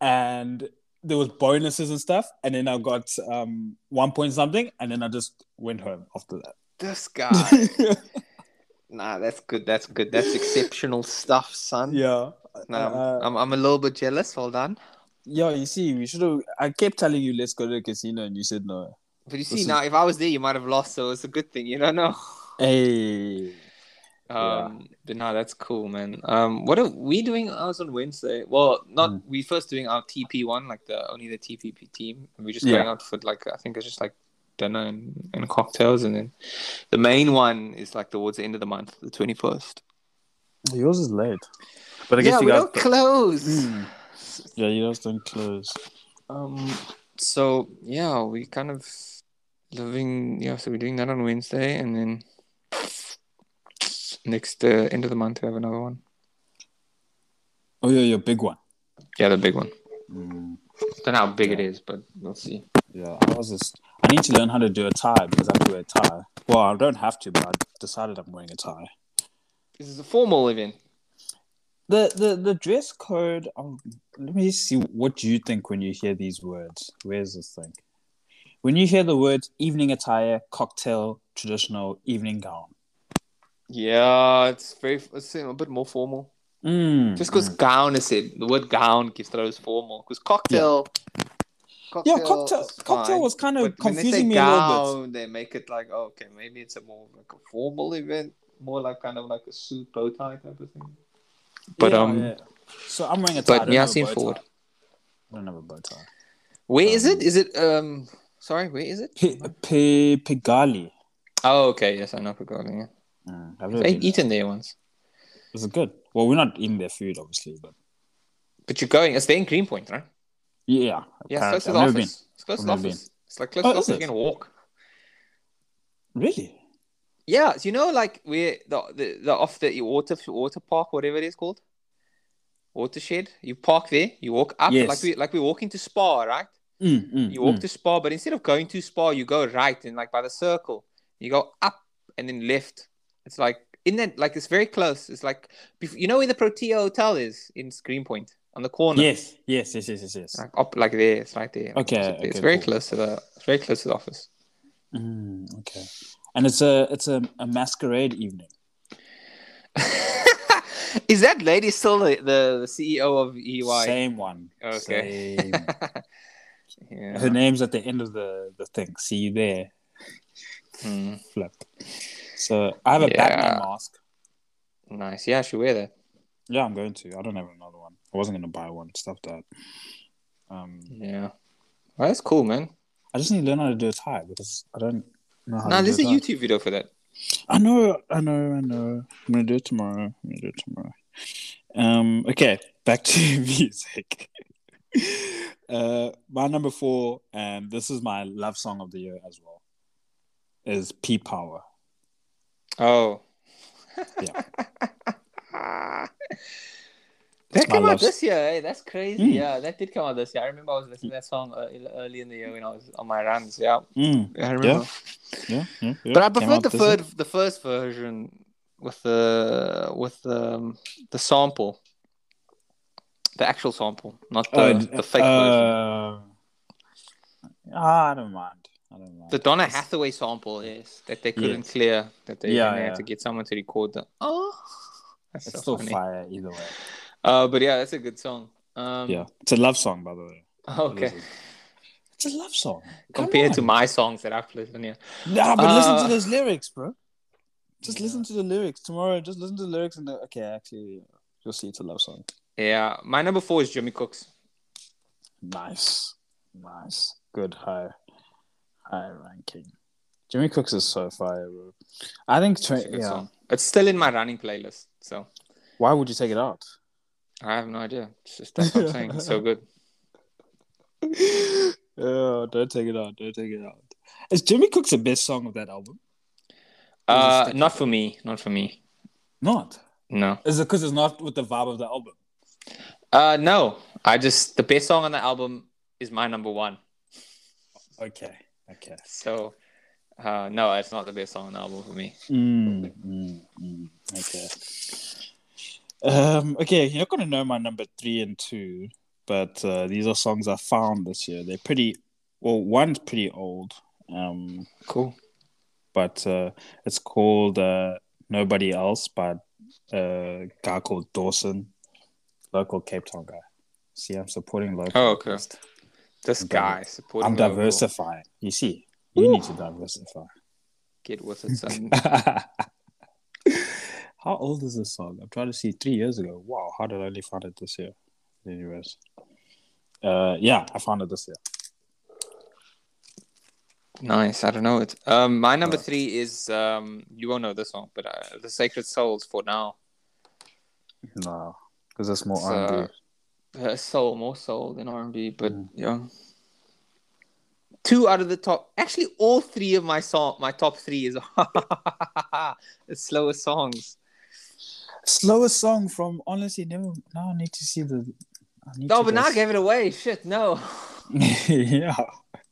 [SPEAKER 2] and there was bonuses and stuff and then i got um one point something and then i just went home after
[SPEAKER 1] This guy.
[SPEAKER 2] that
[SPEAKER 1] nah, that's good. That's good. That's exceptional stuff, son.
[SPEAKER 2] yeah
[SPEAKER 1] Nah, I'm,
[SPEAKER 2] Uh,
[SPEAKER 1] I'm, I'm a little bit jealous. Well done.
[SPEAKER 2] yeah you see we should have i kept telling you let's go to the casino and you said no
[SPEAKER 1] But you
[SPEAKER 2] This
[SPEAKER 1] see,
[SPEAKER 2] is-
[SPEAKER 1] now if I was there, you might have lost. So it's a good thing. You don't know.
[SPEAKER 2] hey Yeah.
[SPEAKER 1] Um, but no, that's cool, man. Um, what are we doing ours on Wednesday? Well, not
[SPEAKER 2] Mm.
[SPEAKER 1] we first doing our TP one, like the only the TPP team. And we're just
[SPEAKER 2] Yeah.
[SPEAKER 1] going out for like I think it's just like dinner and, and cocktails, and then the main one is like towards the end of the month, the twenty first.
[SPEAKER 2] yours is late but i guess
[SPEAKER 1] Yeah,
[SPEAKER 2] you
[SPEAKER 1] we
[SPEAKER 2] guys
[SPEAKER 1] don't close.
[SPEAKER 2] Hmm. yeah you guys don't close
[SPEAKER 1] Um, so yeah, we kind of living. Yeah, so we're doing that on Wednesday, and then next uh, end of the month we have another one.
[SPEAKER 2] oh yeah your big one
[SPEAKER 1] Yeah, the big one. Don't know how big it is, but we'll see.
[SPEAKER 2] Mm, Yeah, I was just. I need to learn how to do a tie because I have to wear a tie. Well, I don't have to, but I decided I'm wearing a tie.
[SPEAKER 1] This is a formal event.
[SPEAKER 2] The the the dress code. Um, let me see what you think when you hear these words. Where's this thing? When you hear the words evening attire, cocktail, traditional evening gown.
[SPEAKER 1] Yeah, it's very it's a bit more formal.
[SPEAKER 2] Mm,
[SPEAKER 1] Just because gown is it, the word gown gives throws formal. Because cocktail,
[SPEAKER 2] Yeah, cocktail.
[SPEAKER 1] is fine,
[SPEAKER 2] Cocktail was kind of
[SPEAKER 1] but when they say
[SPEAKER 2] confusing me a little bit.
[SPEAKER 1] gown, They make it like oh, okay, maybe it's a more like a formal event, more like kind of like a suit bow tie type of thing. But
[SPEAKER 2] Yeah,
[SPEAKER 1] um,
[SPEAKER 2] yeah. So I'm wearing a tie. I
[SPEAKER 1] but
[SPEAKER 2] don't have a
[SPEAKER 1] Yasin
[SPEAKER 2] bow tie.
[SPEAKER 1] Ford,
[SPEAKER 2] I don't have a bow tie.
[SPEAKER 1] where is
[SPEAKER 2] Um,
[SPEAKER 1] it? Is it um? Sorry, where is it?
[SPEAKER 2] P- P- Pigali.
[SPEAKER 1] Oh, okay, yes, I know forgotten. Yeah.
[SPEAKER 2] Mm, I've never
[SPEAKER 1] They
[SPEAKER 2] been there.
[SPEAKER 1] eaten there once,
[SPEAKER 2] Is it good? Well, we're not eating their food, obviously, but
[SPEAKER 1] but you're going. It's there in Greenpoint, right?
[SPEAKER 2] yeah.
[SPEAKER 1] Yeah, it's close to the
[SPEAKER 2] apparently. I've never
[SPEAKER 1] office. It's close to
[SPEAKER 2] I've
[SPEAKER 1] the
[SPEAKER 2] never
[SPEAKER 1] office. It's like close
[SPEAKER 2] Oh,
[SPEAKER 1] to the
[SPEAKER 2] is
[SPEAKER 1] office. You
[SPEAKER 2] it?
[SPEAKER 1] can walk.
[SPEAKER 2] been. Really?
[SPEAKER 1] Yeah, so you know, like where the the, the off the water water park, whatever it is called, watershed. You park there. You walk up,
[SPEAKER 2] Yes.
[SPEAKER 1] like we like we walk into Spa, right?
[SPEAKER 2] Mm, mm,
[SPEAKER 1] You walk
[SPEAKER 2] mm.
[SPEAKER 1] to Spa, but instead of going to Spa, you go right and like by the circle. You go up and then left. It's like in that, like it's very close. It's like bef- you know where the Protea Hotel is in Greenpoint on the corner.
[SPEAKER 2] Yes, yes, yes, yes, yes, yes.
[SPEAKER 1] Like up, like there. It's right there.
[SPEAKER 2] Okay,
[SPEAKER 1] It's,
[SPEAKER 2] okay,
[SPEAKER 1] very
[SPEAKER 2] cool.
[SPEAKER 1] close to the. It's very close to the office.
[SPEAKER 2] Mm, okay. And it's a it's a, a masquerade evening.
[SPEAKER 1] Is that lady still the, the, the CEO of E EY?
[SPEAKER 2] Same one.
[SPEAKER 1] Okay.
[SPEAKER 2] Same.
[SPEAKER 1] yeah.
[SPEAKER 2] Her name's at the end of the, the thing. See you there.
[SPEAKER 1] Hmm.
[SPEAKER 2] Flip. So I have a
[SPEAKER 1] Yeah.
[SPEAKER 2] Batman mask.
[SPEAKER 1] nice. Yeah, I should wear that.
[SPEAKER 2] Yeah, I'm going to. I don't have another one. I wasn't gonna buy one. Stuff that. Um,
[SPEAKER 1] Yeah. Well, that's cool, man.
[SPEAKER 2] I just need to learn how to do a tie because I don't know how
[SPEAKER 1] Nah,
[SPEAKER 2] to do
[SPEAKER 1] there's
[SPEAKER 2] a
[SPEAKER 1] a
[SPEAKER 2] tie.
[SPEAKER 1] YouTube video for that.
[SPEAKER 2] I know, I know, I know. I'm gonna do it tomorrow. I'm gonna do it tomorrow. Um, okay, back to music. uh, my number four, and this is my love song of the year as well, is P Power.
[SPEAKER 1] Oh.
[SPEAKER 2] Yeah.
[SPEAKER 1] That
[SPEAKER 2] my
[SPEAKER 1] came out
[SPEAKER 2] loves.
[SPEAKER 1] this year, eh? That's crazy.
[SPEAKER 2] Hmm.
[SPEAKER 1] Yeah, that did come out this year. I remember I was listening to that song uh, early in the year when I was on my runs. Yeah,
[SPEAKER 2] Mm,
[SPEAKER 1] I remember.
[SPEAKER 2] yeah, yeah, yeah.
[SPEAKER 1] But I
[SPEAKER 2] Came
[SPEAKER 1] preferred
[SPEAKER 2] out
[SPEAKER 1] the
[SPEAKER 2] this
[SPEAKER 1] third, the first version with the with the, um, the sample. The actual sample, not the,
[SPEAKER 2] Oh,
[SPEAKER 1] the fake version.
[SPEAKER 2] uh, ah, I don't mind. I don't mind.
[SPEAKER 1] The Donna Hathaway sample is that they couldn't
[SPEAKER 2] Yes.
[SPEAKER 1] clear that they,
[SPEAKER 2] Yeah,
[SPEAKER 1] and they
[SPEAKER 2] yeah.
[SPEAKER 1] had to get someone to record the oh. That's
[SPEAKER 2] it's
[SPEAKER 1] so
[SPEAKER 2] still
[SPEAKER 1] funny.
[SPEAKER 2] fire either way.
[SPEAKER 1] Uh, but yeah, that's a good song. Um,
[SPEAKER 2] yeah, it's a love song, by the way.
[SPEAKER 1] Okay.
[SPEAKER 2] Listen. It's a love song. Come
[SPEAKER 1] Compared to
[SPEAKER 2] on.
[SPEAKER 1] my songs that I've played, yeah.
[SPEAKER 2] Nah, but listen
[SPEAKER 1] Uh,
[SPEAKER 2] to those lyrics, bro. Just
[SPEAKER 1] Yeah.
[SPEAKER 2] listen to the lyrics tomorrow. Just listen to the lyrics and the, okay, actually, you'll see it's a love song.
[SPEAKER 1] Yeah, my number four is Jimmy Cooks.
[SPEAKER 2] Nice, nice, good high, high ranking. Jimmy Cooks is so fire, bro. I think.
[SPEAKER 1] It's
[SPEAKER 2] Tw-
[SPEAKER 1] a good
[SPEAKER 2] yeah.
[SPEAKER 1] song. It's still in my running playlist, so
[SPEAKER 2] Why would you take it out?
[SPEAKER 1] I have no idea. It's just that's what I'm saying. It's so good.
[SPEAKER 2] oh, don't take it out. Don't take it out. Is Jimmy Cooks the best song of that album?
[SPEAKER 1] Uh, not for me. Not for me.
[SPEAKER 2] Not.
[SPEAKER 1] No.
[SPEAKER 2] Is it because it's not with the vibe of the album?
[SPEAKER 1] Uh, no. I just the best song on the album is my number one.
[SPEAKER 2] Okay. Okay.
[SPEAKER 1] So, uh, no, it's not the best song on the album for me.
[SPEAKER 2] Mm, mm, mm. Okay. Um, okay, you're not gonna know my number three and two, but uh, these are songs I found this year. They're pretty. Well, one's pretty old, um,
[SPEAKER 1] Cool.
[SPEAKER 2] but uh, it's called uh, "Nobody Else" by uh, a guy called Dawson, local Cape Town guy. See, I'm supporting local.
[SPEAKER 1] Oh, okay. This
[SPEAKER 2] I'm
[SPEAKER 1] guy
[SPEAKER 2] diver-
[SPEAKER 1] supporting.
[SPEAKER 2] I'm
[SPEAKER 1] the overall.
[SPEAKER 2] diversifying. You see, you need to diversify.
[SPEAKER 1] Get with it, son.
[SPEAKER 2] how old is this song? I'm trying to see three years ago. Wow, how did I only find it this year? Anyways. Uh yeah, I found it this year.
[SPEAKER 1] nice. I don't know it. Um, my number
[SPEAKER 2] Uh.
[SPEAKER 1] three is um, you won't know this song, but uh, the Sacred Souls for now.
[SPEAKER 2] No. Because it's more
[SPEAKER 1] It's,
[SPEAKER 2] R&B.
[SPEAKER 1] uh, uh, soul, more soul than R and B, but
[SPEAKER 2] Mm.
[SPEAKER 1] yeah. Two out of the top, actually, all three of my song, my top three is the slowest songs.
[SPEAKER 2] Slowest song from honestly never now I need to see the I need
[SPEAKER 1] No,
[SPEAKER 2] to
[SPEAKER 1] but
[SPEAKER 2] go
[SPEAKER 1] now I
[SPEAKER 2] s-
[SPEAKER 1] gave it away. Shit, no,
[SPEAKER 2] yeah.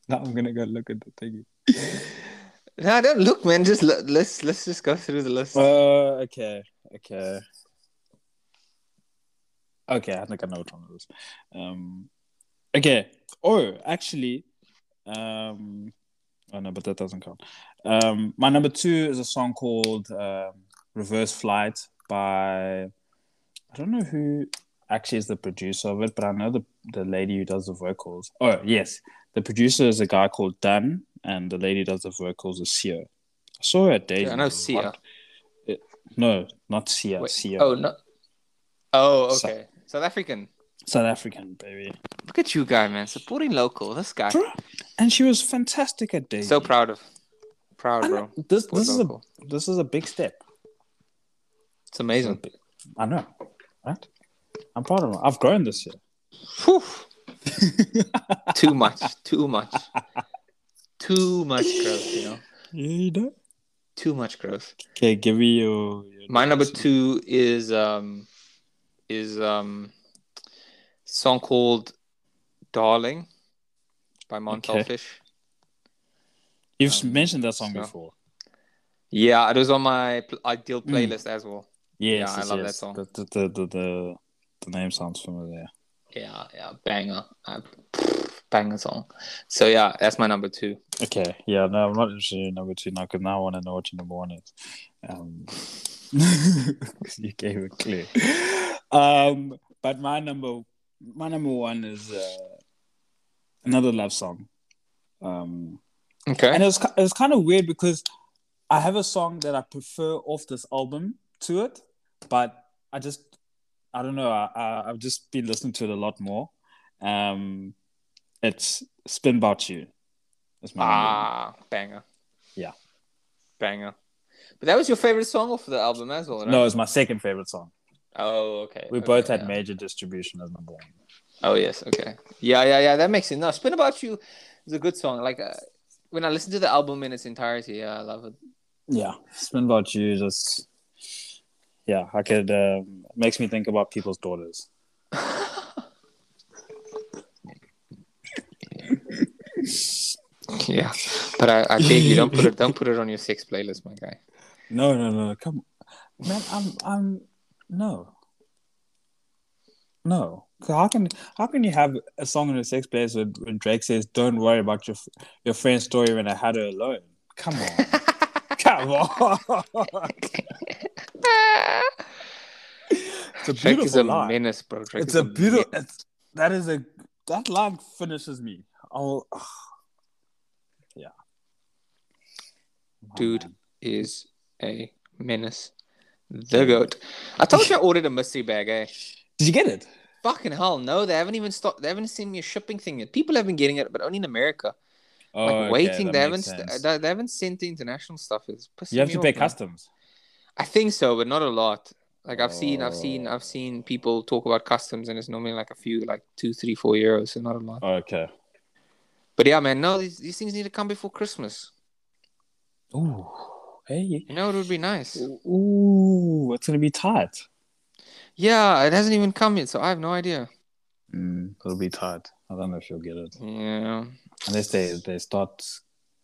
[SPEAKER 2] Now I'm gonna go look at the thingy.
[SPEAKER 1] no, don't look, man. Just l- let's let's just go through the list.
[SPEAKER 2] Uh okay. Okay. Okay, I think I know which one it is. Um, okay. Oh, actually, um, oh no, but that doesn't count. Um, my number two is a song called um, "Reverse Flight" by I don't know who actually is the producer of it, but I know the the lady who does the vocals. Oh yes, the producer is a guy called Dan, and the lady who does the vocals is Sia. I saw her at Daisy.
[SPEAKER 1] Yeah, I know Sia.
[SPEAKER 2] No, not Sia.
[SPEAKER 1] Wait,
[SPEAKER 2] Sia.
[SPEAKER 1] Oh no. Oh,
[SPEAKER 2] So-
[SPEAKER 1] okay. South African.
[SPEAKER 2] South African baby.
[SPEAKER 1] Look at you, guy, man. Supporting local. This guy.
[SPEAKER 2] Bro, and she was fantastic at Daisy.
[SPEAKER 1] So proud of. Proud,
[SPEAKER 2] I
[SPEAKER 1] bro.
[SPEAKER 2] know. This
[SPEAKER 1] Support
[SPEAKER 2] this is a
[SPEAKER 1] local.
[SPEAKER 2] this is a big step.
[SPEAKER 1] It's amazing.
[SPEAKER 2] I know, right? I'm proud of her. I've grown this year.
[SPEAKER 1] Whew. too much, too much, too much growth. You know,
[SPEAKER 2] you know.
[SPEAKER 1] too much growth.
[SPEAKER 2] Okay, give me your, your
[SPEAKER 1] My number
[SPEAKER 2] notes.
[SPEAKER 1] two is um is um song called "Darling" by Montel
[SPEAKER 2] Okay.
[SPEAKER 1] Fish.
[SPEAKER 2] You've
[SPEAKER 1] um,
[SPEAKER 2] mentioned that song
[SPEAKER 1] so-
[SPEAKER 2] before.
[SPEAKER 1] Yeah, it was on my pl- ideal
[SPEAKER 2] Mm.
[SPEAKER 1] playlist as well.
[SPEAKER 2] Yes,
[SPEAKER 1] I
[SPEAKER 2] yes,
[SPEAKER 1] love that
[SPEAKER 2] yes.
[SPEAKER 1] song.
[SPEAKER 2] The, the, the, the, the, the name sounds familiar.
[SPEAKER 1] Yeah, yeah, banger, I, banger song. So yeah, that's my number two.
[SPEAKER 2] Okay, yeah, no, I'm not interested in number two now because now I want to know what your number one is. Um, 'cause you gave a clue. Um, but my number, my number one is uh, another love song. Um,
[SPEAKER 1] Okay.
[SPEAKER 2] and it was ki- it was kind of weird because I have a song that I prefer off this album to it, but I just I don't know I, I I've just been listening to it a lot more. Um, it's "Spin About You." It's my
[SPEAKER 1] Ah, banger.
[SPEAKER 2] Yeah.
[SPEAKER 1] banger. But that was your favorite song off the album as well, right?
[SPEAKER 2] no, it's my second favorite song.
[SPEAKER 1] Oh, okay.
[SPEAKER 2] We
[SPEAKER 1] okay,
[SPEAKER 2] both had
[SPEAKER 1] yeah.
[SPEAKER 2] major distribution as number one.
[SPEAKER 1] Oh yes, okay. Yeah, yeah, yeah. That makes sense. No, "Spin About You" is a good song. Like uh, when I listen to the album in its entirety, yeah, I love it.
[SPEAKER 2] Yeah, "Spin About You" just yeah, I could um, makes me think about people's daughters.
[SPEAKER 1] Yeah, but I, I beg you, don't put it, don't put it on your sex playlist, my guy.
[SPEAKER 2] No, no, no, come, man, I'm I'm no. No, 'Cause how can how can you have a song in the Sex Players when, when Drake says, "Don't worry about your f- your friend's story when I had her alone"? Come on, come on! it's a
[SPEAKER 1] Drake is
[SPEAKER 2] beautiful
[SPEAKER 1] a
[SPEAKER 2] line.
[SPEAKER 1] menace, bro. Drake
[SPEAKER 2] it's
[SPEAKER 1] is
[SPEAKER 2] a beautiful. It's, that is a that line finishes me. I'll. yeah, My
[SPEAKER 1] Dude.
[SPEAKER 2] man.
[SPEAKER 1] is a menace. The goat. I told you I ordered a mystery bag, eh?
[SPEAKER 2] Did you get it?
[SPEAKER 1] Fucking hell, no, they haven't even stopped. They haven't seen me a shipping thing yet. People have been getting it, but only in America.
[SPEAKER 2] Oh,
[SPEAKER 1] Like
[SPEAKER 2] okay,
[SPEAKER 1] waiting,
[SPEAKER 2] that
[SPEAKER 1] they haven't. uh,
[SPEAKER 2] makes
[SPEAKER 1] St-
[SPEAKER 2] sense.
[SPEAKER 1] they, they haven't sent the international stuff. It's pissing
[SPEAKER 2] you have
[SPEAKER 1] me
[SPEAKER 2] to
[SPEAKER 1] off,
[SPEAKER 2] pay
[SPEAKER 1] man.
[SPEAKER 2] customs.
[SPEAKER 1] I think so, but not a lot. Like I've seen, I've seen,
[SPEAKER 2] Oh.
[SPEAKER 1] I've seen people talk about customs, and it's normally like a few, like two, three, four euros, so not a lot.
[SPEAKER 2] Okay.
[SPEAKER 1] But yeah, man, no, these, these things need to come before Christmas.
[SPEAKER 2] Ooh, hey.
[SPEAKER 1] You know, it would be nice.
[SPEAKER 2] Ooh, it's gonna be tight.
[SPEAKER 1] Yeah, it hasn't even come yet, so I have no idea.
[SPEAKER 2] Mm, it'll be tight. I don't know if you'll get it
[SPEAKER 1] Yeah.
[SPEAKER 2] unless they they start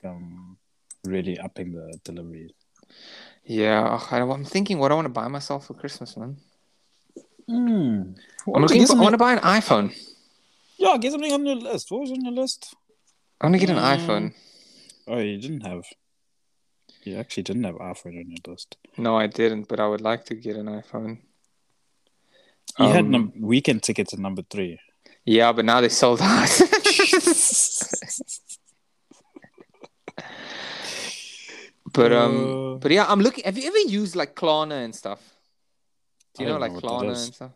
[SPEAKER 2] um, really upping the delivery.
[SPEAKER 1] Yeah, I, am thinking what I want to buy myself for Christmas, man.
[SPEAKER 2] Mm.
[SPEAKER 1] I'm looking for, I want to buy an iPhone.
[SPEAKER 2] yeah, get something on your list. What was on your list?
[SPEAKER 1] I want to get an
[SPEAKER 2] Mm.
[SPEAKER 1] iPhone.
[SPEAKER 2] Oh, you didn't have. You actually didn't have iPhone on your list.
[SPEAKER 1] No, I didn't, but I would like to get an iPhone.
[SPEAKER 2] You had
[SPEAKER 1] Um,
[SPEAKER 2] num- weekend tickets at number three.
[SPEAKER 1] Yeah, but now they sold out. but um,
[SPEAKER 2] Uh,
[SPEAKER 1] but yeah, I'm looking. Have you ever used like Klarna and stuff? Do you
[SPEAKER 2] I
[SPEAKER 1] know
[SPEAKER 2] don't
[SPEAKER 1] like
[SPEAKER 2] know what that
[SPEAKER 1] Klarna
[SPEAKER 2] is.
[SPEAKER 1] and stuff?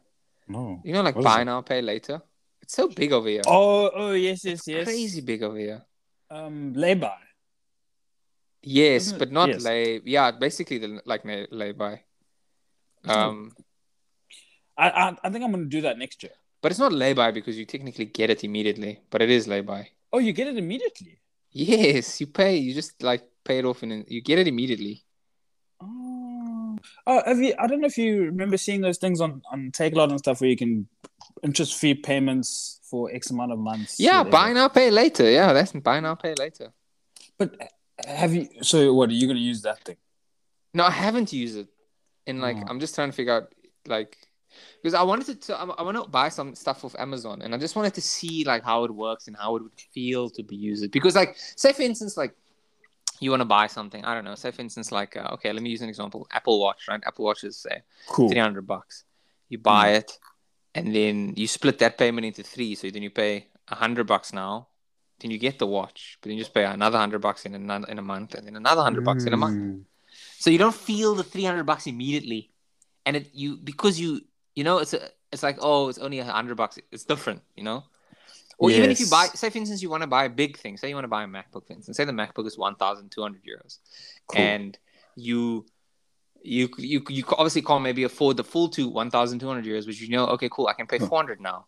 [SPEAKER 2] no.
[SPEAKER 1] You know like
[SPEAKER 2] What is
[SPEAKER 1] buy
[SPEAKER 2] it?
[SPEAKER 1] now, pay later. It's so big over here.
[SPEAKER 2] Oh, oh yes, yes, yes.
[SPEAKER 1] Crazy big over here.
[SPEAKER 2] Um, lay-by.
[SPEAKER 1] Yes,
[SPEAKER 2] Isn't it-
[SPEAKER 1] but not
[SPEAKER 2] yes.
[SPEAKER 1] lay. Yeah, basically the like na- lay by. Um,
[SPEAKER 2] I, I I think I'm gonna do that next year.
[SPEAKER 1] but it's not lay by because you technically get it immediately. But it is lay by.
[SPEAKER 2] Oh, you get it immediately.
[SPEAKER 1] Yes, you pay. You just like pay it off and then you get it immediately.
[SPEAKER 2] Oh, oh have you, I don't know if you remember seeing those things on on Takealot and stuff where you can interest free payments for X amount of months.
[SPEAKER 1] Yeah,
[SPEAKER 2] whatever.
[SPEAKER 1] buy now, pay later. Yeah, that's buy now, pay later.
[SPEAKER 2] But uh, have you? So what are you gonna use that thing?
[SPEAKER 1] No, I haven't used it, and like
[SPEAKER 2] Oh.
[SPEAKER 1] I'm just trying to figure out like because I wanted to. t- I, I want to buy some stuff off Amazon, and I just wanted to see like how it works and how it would feel to be used. Because like, say for instance, like you want to buy something. I don't know. Say for instance, like uh, okay, let me use an example. Apple Watch, right? Apple Watch is say
[SPEAKER 2] Cool. Hmm.
[SPEAKER 1] three hundred bucks. You buy it, and then you split that payment into three. So then you pay hundred bucks now. Then you get the watch, but then you just pay another hundred bucks in another in a month, and then another hundred bucks in a
[SPEAKER 2] Hmm.
[SPEAKER 1] month. So you don't feel the three hundred bucks immediately, and it you because you you know it's a it's like oh it's only a hundred bucks. It's different, you know. Or even if you
[SPEAKER 2] Yes.
[SPEAKER 1] buy, say for instance, you want to buy a big thing. Say you want to buy a MacBook, for instance. Say the MacBook is one thousand two hundred euros
[SPEAKER 2] Cool.
[SPEAKER 1] and you you you you obviously can't maybe afford the full two one thousand two hundred euros, which you know, okay, cool, I can pay
[SPEAKER 2] Hmm.
[SPEAKER 1] four hundred now,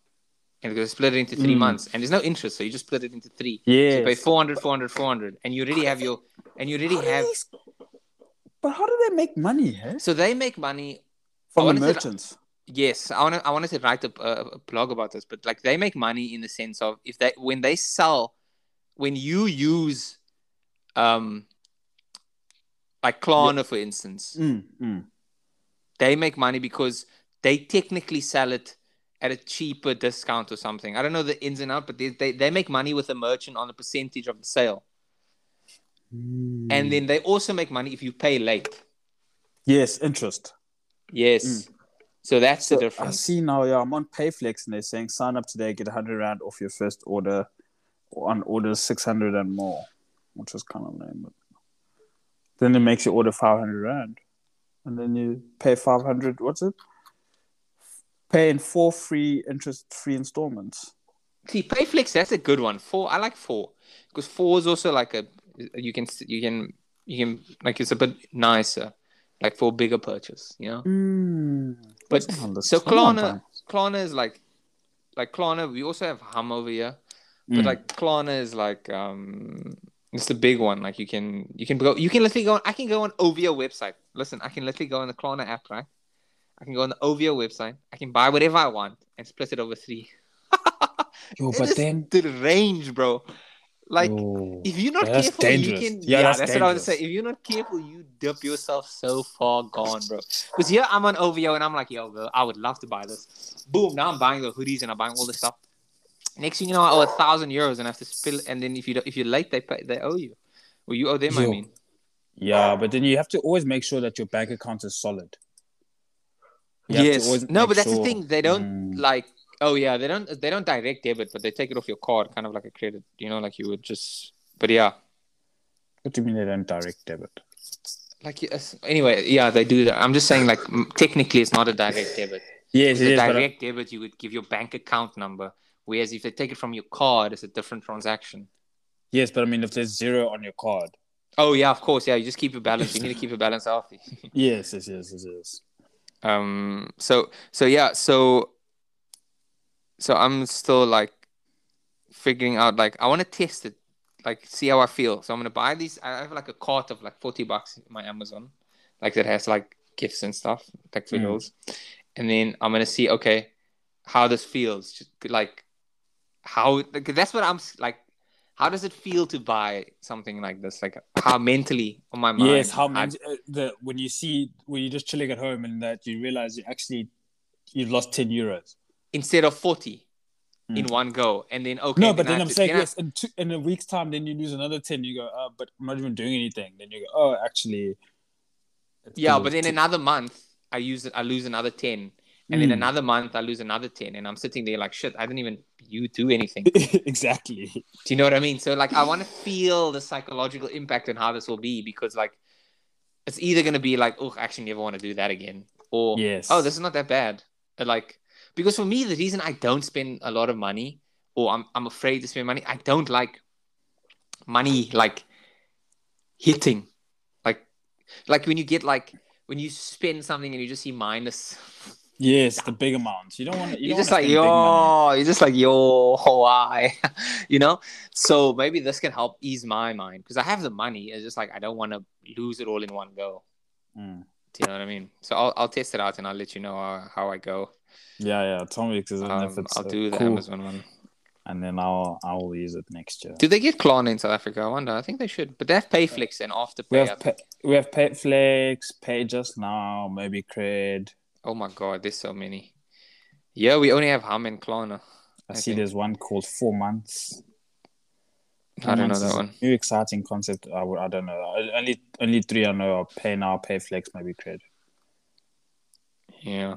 [SPEAKER 1] and because split it into three
[SPEAKER 2] Mm.
[SPEAKER 1] months, and there's no interest, so you just split it into three. So
[SPEAKER 2] yeah.
[SPEAKER 1] you pay 400, 400, 400, and you already have your and you already have.
[SPEAKER 2] But how do they make money? eh? Hey?
[SPEAKER 1] So they make money.
[SPEAKER 2] From the
[SPEAKER 1] honestly,
[SPEAKER 2] merchants.
[SPEAKER 1] Yes, I want to. I wanted to write a, a, a blog about this, but like they make money in the sense of if they when they sell, when you use, um, like Klarna for instance,
[SPEAKER 2] Mm, mm.
[SPEAKER 1] they make money because they technically sell it at a cheaper discount or something. I don't know the ins and out, but they, they, they make money with the merchant on the percentage of the sale.
[SPEAKER 2] Hmm.
[SPEAKER 1] And then they also make money if you pay late.
[SPEAKER 2] yes, interest.
[SPEAKER 1] Yes. So that's the
[SPEAKER 2] So I
[SPEAKER 1] difference.
[SPEAKER 2] see now, yeah, I'm on Payflex and they're saying sign up today, get 100 Rand off your first order on orders 600 and more, which is kind of lame. But... Then it makes you order 500 Rand and then you pay 500, what's it? Pay in four free interest free installments.
[SPEAKER 1] See, Payflex, that's a good one. Four, I like four because four is also like a you can you can you can like it's a bit nicer, like for a bigger purchase, you know.
[SPEAKER 2] Mm.
[SPEAKER 1] But
[SPEAKER 2] That's not on the
[SPEAKER 1] so
[SPEAKER 2] list. Come on,
[SPEAKER 1] Klarna,
[SPEAKER 2] man.
[SPEAKER 1] Klarna is like, like Klarna. We also have Hum over here, but
[SPEAKER 2] Mm.
[SPEAKER 1] like Klarna is like, um, it's the big one. Like you can you can go you can literally go. On, I can go on Ovia website. Listen, I can literally go on the Klarna app, right? I can go on the Ovia website. I can buy whatever I want and split it over three.
[SPEAKER 2] Yo,
[SPEAKER 1] It
[SPEAKER 2] but
[SPEAKER 1] is
[SPEAKER 2] then
[SPEAKER 1] the range, bro. Like
[SPEAKER 2] Ooh.
[SPEAKER 1] if you're not
[SPEAKER 2] That's
[SPEAKER 1] careful,
[SPEAKER 2] dangerous.
[SPEAKER 1] you can.
[SPEAKER 2] Yeah,
[SPEAKER 1] Yeah,
[SPEAKER 2] that's
[SPEAKER 1] that's, what I was
[SPEAKER 2] dangerous.
[SPEAKER 1] saying. If you're not careful, you dip yourself so far gone, bro. Because here I'm on OVO and I'm like, yo, bro, I would love to buy this. Boom! Now I'm buying the hoodies and I'm buying all this stuff. Next thing you know, I owe a thousand euros and I have to spill. And then if you don't- if you're late, they pay, they owe you. Well, you owe them. I
[SPEAKER 2] Yo.
[SPEAKER 1] mean,
[SPEAKER 2] Yeah, but then you have to always make sure that your bank account is solid. You have to always
[SPEAKER 1] yes. No,
[SPEAKER 2] make
[SPEAKER 1] but that's the
[SPEAKER 2] sure-
[SPEAKER 1] thing. They don't
[SPEAKER 2] Mm.
[SPEAKER 1] like. Oh yeah, they don't. They don't direct debit, but they take it off your card, kind of like a credit. You know, like you would just. But yeah,
[SPEAKER 2] What do you mean they don't direct debit?
[SPEAKER 1] like yes. anyway, yeah, they do that. I'm just saying, like m- technically, it's not a direct debit.
[SPEAKER 2] Yes,
[SPEAKER 1] the
[SPEAKER 2] yes, but, uh,
[SPEAKER 1] direct debit, you would give your bank account number, whereas if they take it from your card, it's a different transaction.
[SPEAKER 2] yes, but I mean, if there's zero on your card.
[SPEAKER 1] Oh yeah, of course. Yeah, you just keep your balance. You need to keep your balance healthy.
[SPEAKER 2] Yes, yes, yes, yes, yes.
[SPEAKER 1] um. So so yeah. So so I'm still like figuring out. Like I want to test it. Like see how I feel. So I'm gonna buy these. I have like a cart of like forty bucks in my Amazon, like that has like gifts and stuff, like for
[SPEAKER 2] Mm.
[SPEAKER 1] girls. And then I'm gonna see. Okay, how this feels. Just, Like how like, that's what I'm s- like. How does it feel to buy something like this? Like how mentally on my mind?
[SPEAKER 2] yes, how
[SPEAKER 1] I-
[SPEAKER 2] many? uh, the when you see when you're just chilling at home and that you realize you actually you've lost ten euros.
[SPEAKER 1] instead of 40 in
[SPEAKER 2] Mm.
[SPEAKER 1] one go and then okay
[SPEAKER 2] no, but
[SPEAKER 1] I
[SPEAKER 2] then
[SPEAKER 1] have
[SPEAKER 2] I'm
[SPEAKER 1] to-
[SPEAKER 2] saying
[SPEAKER 1] I-
[SPEAKER 2] yes. In, two, in a week's time, then you lose another ten. You go, oh, but I'm not even doing anything. Then you go, oh, actually.
[SPEAKER 1] yeah
[SPEAKER 2] it's because
[SPEAKER 1] but
[SPEAKER 2] of
[SPEAKER 1] then
[SPEAKER 2] two-
[SPEAKER 1] another month i use i lose another 10 and then
[SPEAKER 2] Mm.
[SPEAKER 1] another month i lose another 10 and i'm sitting there like shit i didn't even you do anything
[SPEAKER 2] exactly.
[SPEAKER 1] do you know what i mean so like i want to feel the psychological impact and how this will be because like it's either going to be like oh i actually never want to do that again or
[SPEAKER 2] Yes.
[SPEAKER 1] oh this is not that bad And, like because for me the reason i don't spend a lot of money or i'm, I'm afraid to spend money i don't like money like hitting like like when you get like when you spend something and you just see minus
[SPEAKER 2] Yes, the big amounts. You don't want. You
[SPEAKER 1] you're
[SPEAKER 2] don't
[SPEAKER 1] just
[SPEAKER 2] wanna
[SPEAKER 1] like
[SPEAKER 2] spend big money.
[SPEAKER 1] yo you're just like yo why you know so maybe this can help ease my mind because i have the money it's just like i don't want to lose it all in one go
[SPEAKER 2] Mm.
[SPEAKER 1] do you know what i mean so i'll, I'll test it out and i'll let you know how, how i go
[SPEAKER 2] Yeah, yeah. Tell me because
[SPEAKER 1] um,
[SPEAKER 2] if it's
[SPEAKER 1] i'll
[SPEAKER 2] uh,
[SPEAKER 1] do the
[SPEAKER 2] cool,
[SPEAKER 1] amazon one
[SPEAKER 2] and then I'll I will use it next year.
[SPEAKER 1] do they get Klarna in south africa i wonder i think they should but they have payflix and after
[SPEAKER 2] We
[SPEAKER 1] pay
[SPEAKER 2] have pa- we have Petflix, Pay Just Now, maybe Cred.
[SPEAKER 1] oh my god there's so many yeah we only have hum and Klarna.
[SPEAKER 2] I,
[SPEAKER 1] I
[SPEAKER 2] see
[SPEAKER 1] think-
[SPEAKER 2] there's one called Four Months.
[SPEAKER 1] I don't know
[SPEAKER 2] Months
[SPEAKER 1] that
[SPEAKER 2] is a
[SPEAKER 1] one.
[SPEAKER 2] New exciting concept. I, would- I don't know. I- Only only three I know are Pay Now, Pay Flex, maybe Cred.
[SPEAKER 1] Yeah.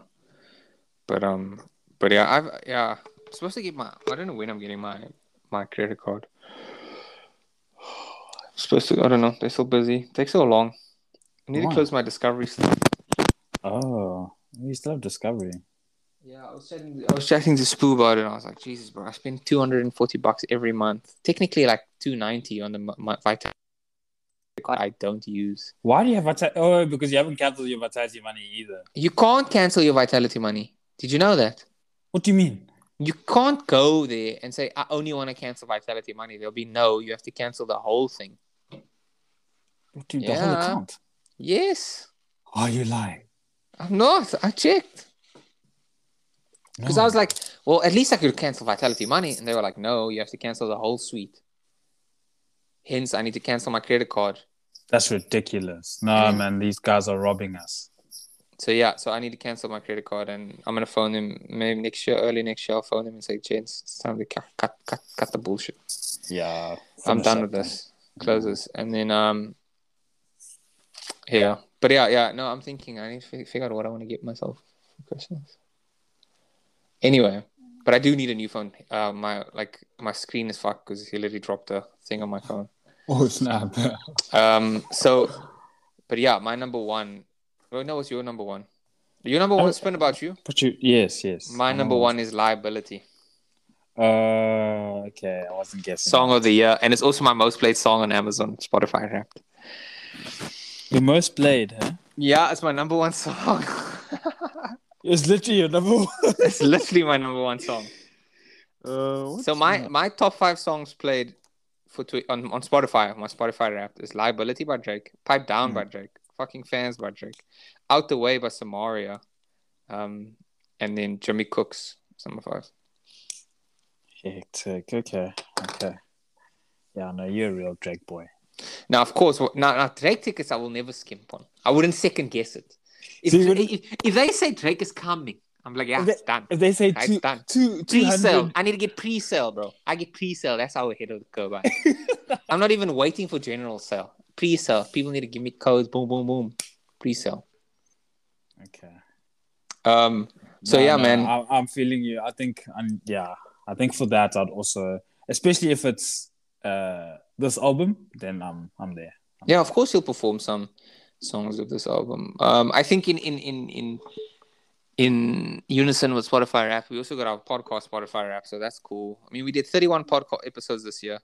[SPEAKER 1] But um but yeah, I've yeah, I'm supposed to get my I don't know when I'm getting my my credit card. supposed to I don't know, they're so busy. Takes so long. I need
[SPEAKER 2] Why?
[SPEAKER 1] to close my discovery stuff.
[SPEAKER 2] Oh, we still have Discovery.
[SPEAKER 1] Yeah, I was chatting I was chatting to Spoo about it and I was like, Jesus bro, I spend two hundred and forty bucks every month. Technically like two ninety on the mo- my Vitality card I don't use.
[SPEAKER 2] Why do you have Vitality? Oh, because you haven't cancelled your Vitality money either.
[SPEAKER 1] You can't cancel your Vitality money. Did you know that?
[SPEAKER 2] What do you mean?
[SPEAKER 1] You can't go there and say, I only want to cancel Vitality Money. There'll be no, you have to cancel the whole thing.
[SPEAKER 2] What do you, The whole
[SPEAKER 1] Yeah.
[SPEAKER 2] account.
[SPEAKER 1] Yes,
[SPEAKER 2] Oh, you lie.
[SPEAKER 1] I'm not. I checked. Because I was like, well, at least I could cancel Vitality Money. And they were like, no, you have to cancel the whole suite. Hence, I need to cancel my credit card.
[SPEAKER 2] That's ridiculous. No, man, these guys are robbing us.
[SPEAKER 1] So, yeah, so I need to cancel my credit card. And I'm going to phone them maybe next year, early next year. I'll phone them and say, Jens, it's time to cut, cut, cut, cut the bullshit.
[SPEAKER 2] Yeah.
[SPEAKER 1] I'm done with this. Closes. And then um Yeah. But yeah, yeah, no, I'm thinking I need to fi- figure out what I want to get myself for Christmas. Anyway, but I do need a new phone. Uh my like my screen is fucked because Hillary dropped a thing on my phone.
[SPEAKER 2] Oh, snap.
[SPEAKER 1] Um so but yeah, my number one well no, what's your number one? Your number one
[SPEAKER 2] Oh.
[SPEAKER 1] is spin about you.
[SPEAKER 2] but you, yes, yes. Oh.
[SPEAKER 1] My number one is liability.
[SPEAKER 2] Uh, okay, I wasn't guessing.
[SPEAKER 1] Song of the year. And it's also my most played song on Amazon, Spotify wrapped.
[SPEAKER 2] The most played, huh?
[SPEAKER 1] Yeah, it's my number one song.
[SPEAKER 2] It's literally your number one.
[SPEAKER 1] It's literally my number one song. So my my top five songs played for tw- on on Spotify my Spotify rap is "Liability" by Drake, "Pipe Down" by Drake, "Fucking Fans" by Drake, "Out the Way" by Samaria, um, and then Jimmy Cook's "Summer Five.
[SPEAKER 2] Hectic. Okay, okay. Yeah, no, you're a real Drake boy.
[SPEAKER 1] Now, of course, wh- now, now Drake tickets I will never skimp on. I wouldn't second guess it. If,
[SPEAKER 2] So you wouldn't-
[SPEAKER 1] if, if they say Drake is coming, I'm like, yeah,
[SPEAKER 2] If they-
[SPEAKER 1] it's done.
[SPEAKER 2] If they say
[SPEAKER 1] Nice
[SPEAKER 2] two,
[SPEAKER 1] done.
[SPEAKER 2] two,
[SPEAKER 1] Pre-sale.
[SPEAKER 2] 200
[SPEAKER 1] I need to get pre-sale, bro. I get pre-sale. That's how we're ahead of the curve. I am. I'm not even waiting for general sale. Pre-sale. People need to give me codes. Boom, boom, boom. Pre-sale.
[SPEAKER 2] okay.
[SPEAKER 1] Um. So
[SPEAKER 2] No,
[SPEAKER 1] yeah,
[SPEAKER 2] no,
[SPEAKER 1] man.
[SPEAKER 2] I, I'm feeling you. I think, and yeah, I think for that, I'd also, especially if it's uh this album, then I'm I'm there.
[SPEAKER 1] yeah, of course he'll perform some songs of this album. Um. I think in in in in in unison with Spotify Rap, we also got our podcast Spotify Rap, so that's cool. I mean, we did 31 podcast episodes this year.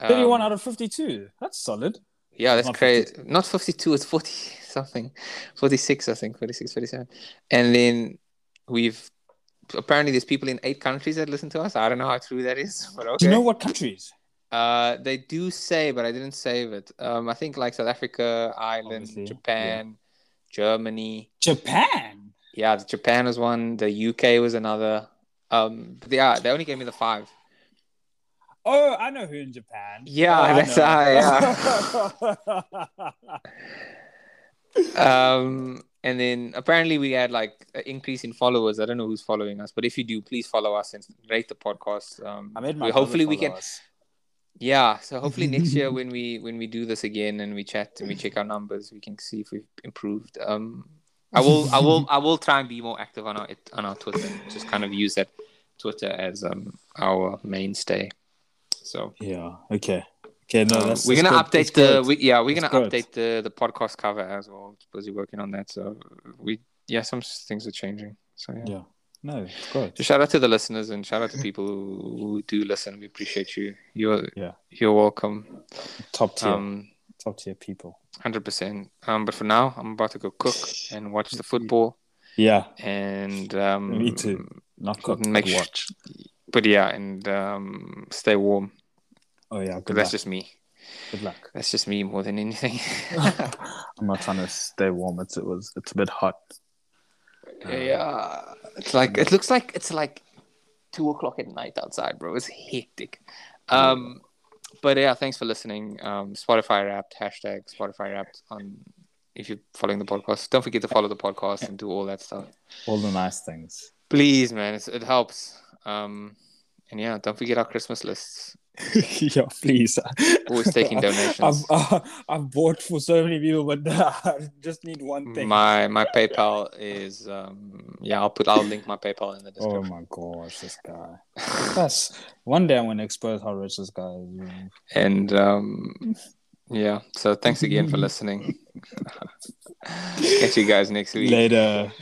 [SPEAKER 1] Um,
[SPEAKER 2] 31 out of 52. That's solid.
[SPEAKER 1] Yeah, that's
[SPEAKER 2] Not
[SPEAKER 1] crazy. Not 52, it's 40 something. 46, I think. 46, 47. And then we've apparently there's people in eight countries that listen to us. I don't know how true that is, but okay.
[SPEAKER 2] Do you know what countries?
[SPEAKER 1] uh, they do say, but I didn't save it. Um, I think like South Africa, Ireland,
[SPEAKER 2] Obviously,
[SPEAKER 1] Japan, Germany.
[SPEAKER 2] Japan.
[SPEAKER 1] Yeah, Japan was one. The UK was another. Um, but yeah, they only gave me the five.
[SPEAKER 2] Oh, I know who in Japan.
[SPEAKER 1] Yeah,
[SPEAKER 2] Oh, I
[SPEAKER 1] that's-
[SPEAKER 2] know.
[SPEAKER 1] um and then apparently we had like an increase in followers i don't know who's following us but if you do please follow us and rate the podcast um
[SPEAKER 2] I made my
[SPEAKER 1] we- hopefully we can
[SPEAKER 2] followers.
[SPEAKER 1] yeah so hopefully next year when we when we do this again and we chat and we check our numbers we can see if we've improved um i will i will i will try and be more active on our on our twitter just kind of use that twitter as um our mainstay so
[SPEAKER 2] Yeah. Okay. Okay. No,
[SPEAKER 1] um,
[SPEAKER 2] that's
[SPEAKER 1] we're gonna update
[SPEAKER 2] that's good. That's
[SPEAKER 1] the
[SPEAKER 2] good.
[SPEAKER 1] we, yeah we're
[SPEAKER 2] That's
[SPEAKER 1] gonna
[SPEAKER 2] good.
[SPEAKER 1] update the the podcast cover as well. Busy working on that, so we yeah some s- things are changing. So yeah.
[SPEAKER 2] Yeah. No, it's great.
[SPEAKER 1] So shout out to the listeners and shout out to people who, who do listen. We appreciate you. You're
[SPEAKER 2] Yeah.
[SPEAKER 1] you're welcome.
[SPEAKER 2] Top tier,
[SPEAKER 1] Um,
[SPEAKER 2] top tier people.
[SPEAKER 1] hundred percent. Um, but for now, I'm about to go cook and watch the football
[SPEAKER 2] Yeah,
[SPEAKER 1] and um,
[SPEAKER 2] Me too. not cook.
[SPEAKER 1] Make
[SPEAKER 2] but
[SPEAKER 1] sure-
[SPEAKER 2] watch.
[SPEAKER 1] But yeah, and um, stay warm.
[SPEAKER 2] Oh yeah,
[SPEAKER 1] But
[SPEAKER 2] good
[SPEAKER 1] that's
[SPEAKER 2] luck.
[SPEAKER 1] just me.
[SPEAKER 2] Good luck.
[SPEAKER 1] That's just me more than anything.
[SPEAKER 2] I'm not trying to stay warm. It's it was it's a bit hot.
[SPEAKER 1] Yeah, it's like it looks like it's like two o'clock at night outside, bro. It's hectic. Um, but yeah, thanks for listening. Um, Spotify Wrapped hashtag Spotify Wrapped on if you're following the podcast. Don't forget to follow the podcast and do all that stuff.
[SPEAKER 2] All the nice things.
[SPEAKER 1] Please, man, it's, it helps. Um, and yeah, don't forget our Christmas lists.
[SPEAKER 2] yeah, please.
[SPEAKER 1] Always taking
[SPEAKER 2] I've
[SPEAKER 1] donations.
[SPEAKER 2] uh, I've bought for so many people, but I just need one thing.
[SPEAKER 1] My my PayPal is um, yeah. I'll put I'll link my PayPal in the
[SPEAKER 2] Oh
[SPEAKER 1] description.
[SPEAKER 2] my gosh, this guy. That's one day I'm gonna expose how rich this guy is. man.
[SPEAKER 1] And um, yeah, so thanks again for listening. Catch you guys next week.
[SPEAKER 2] Later.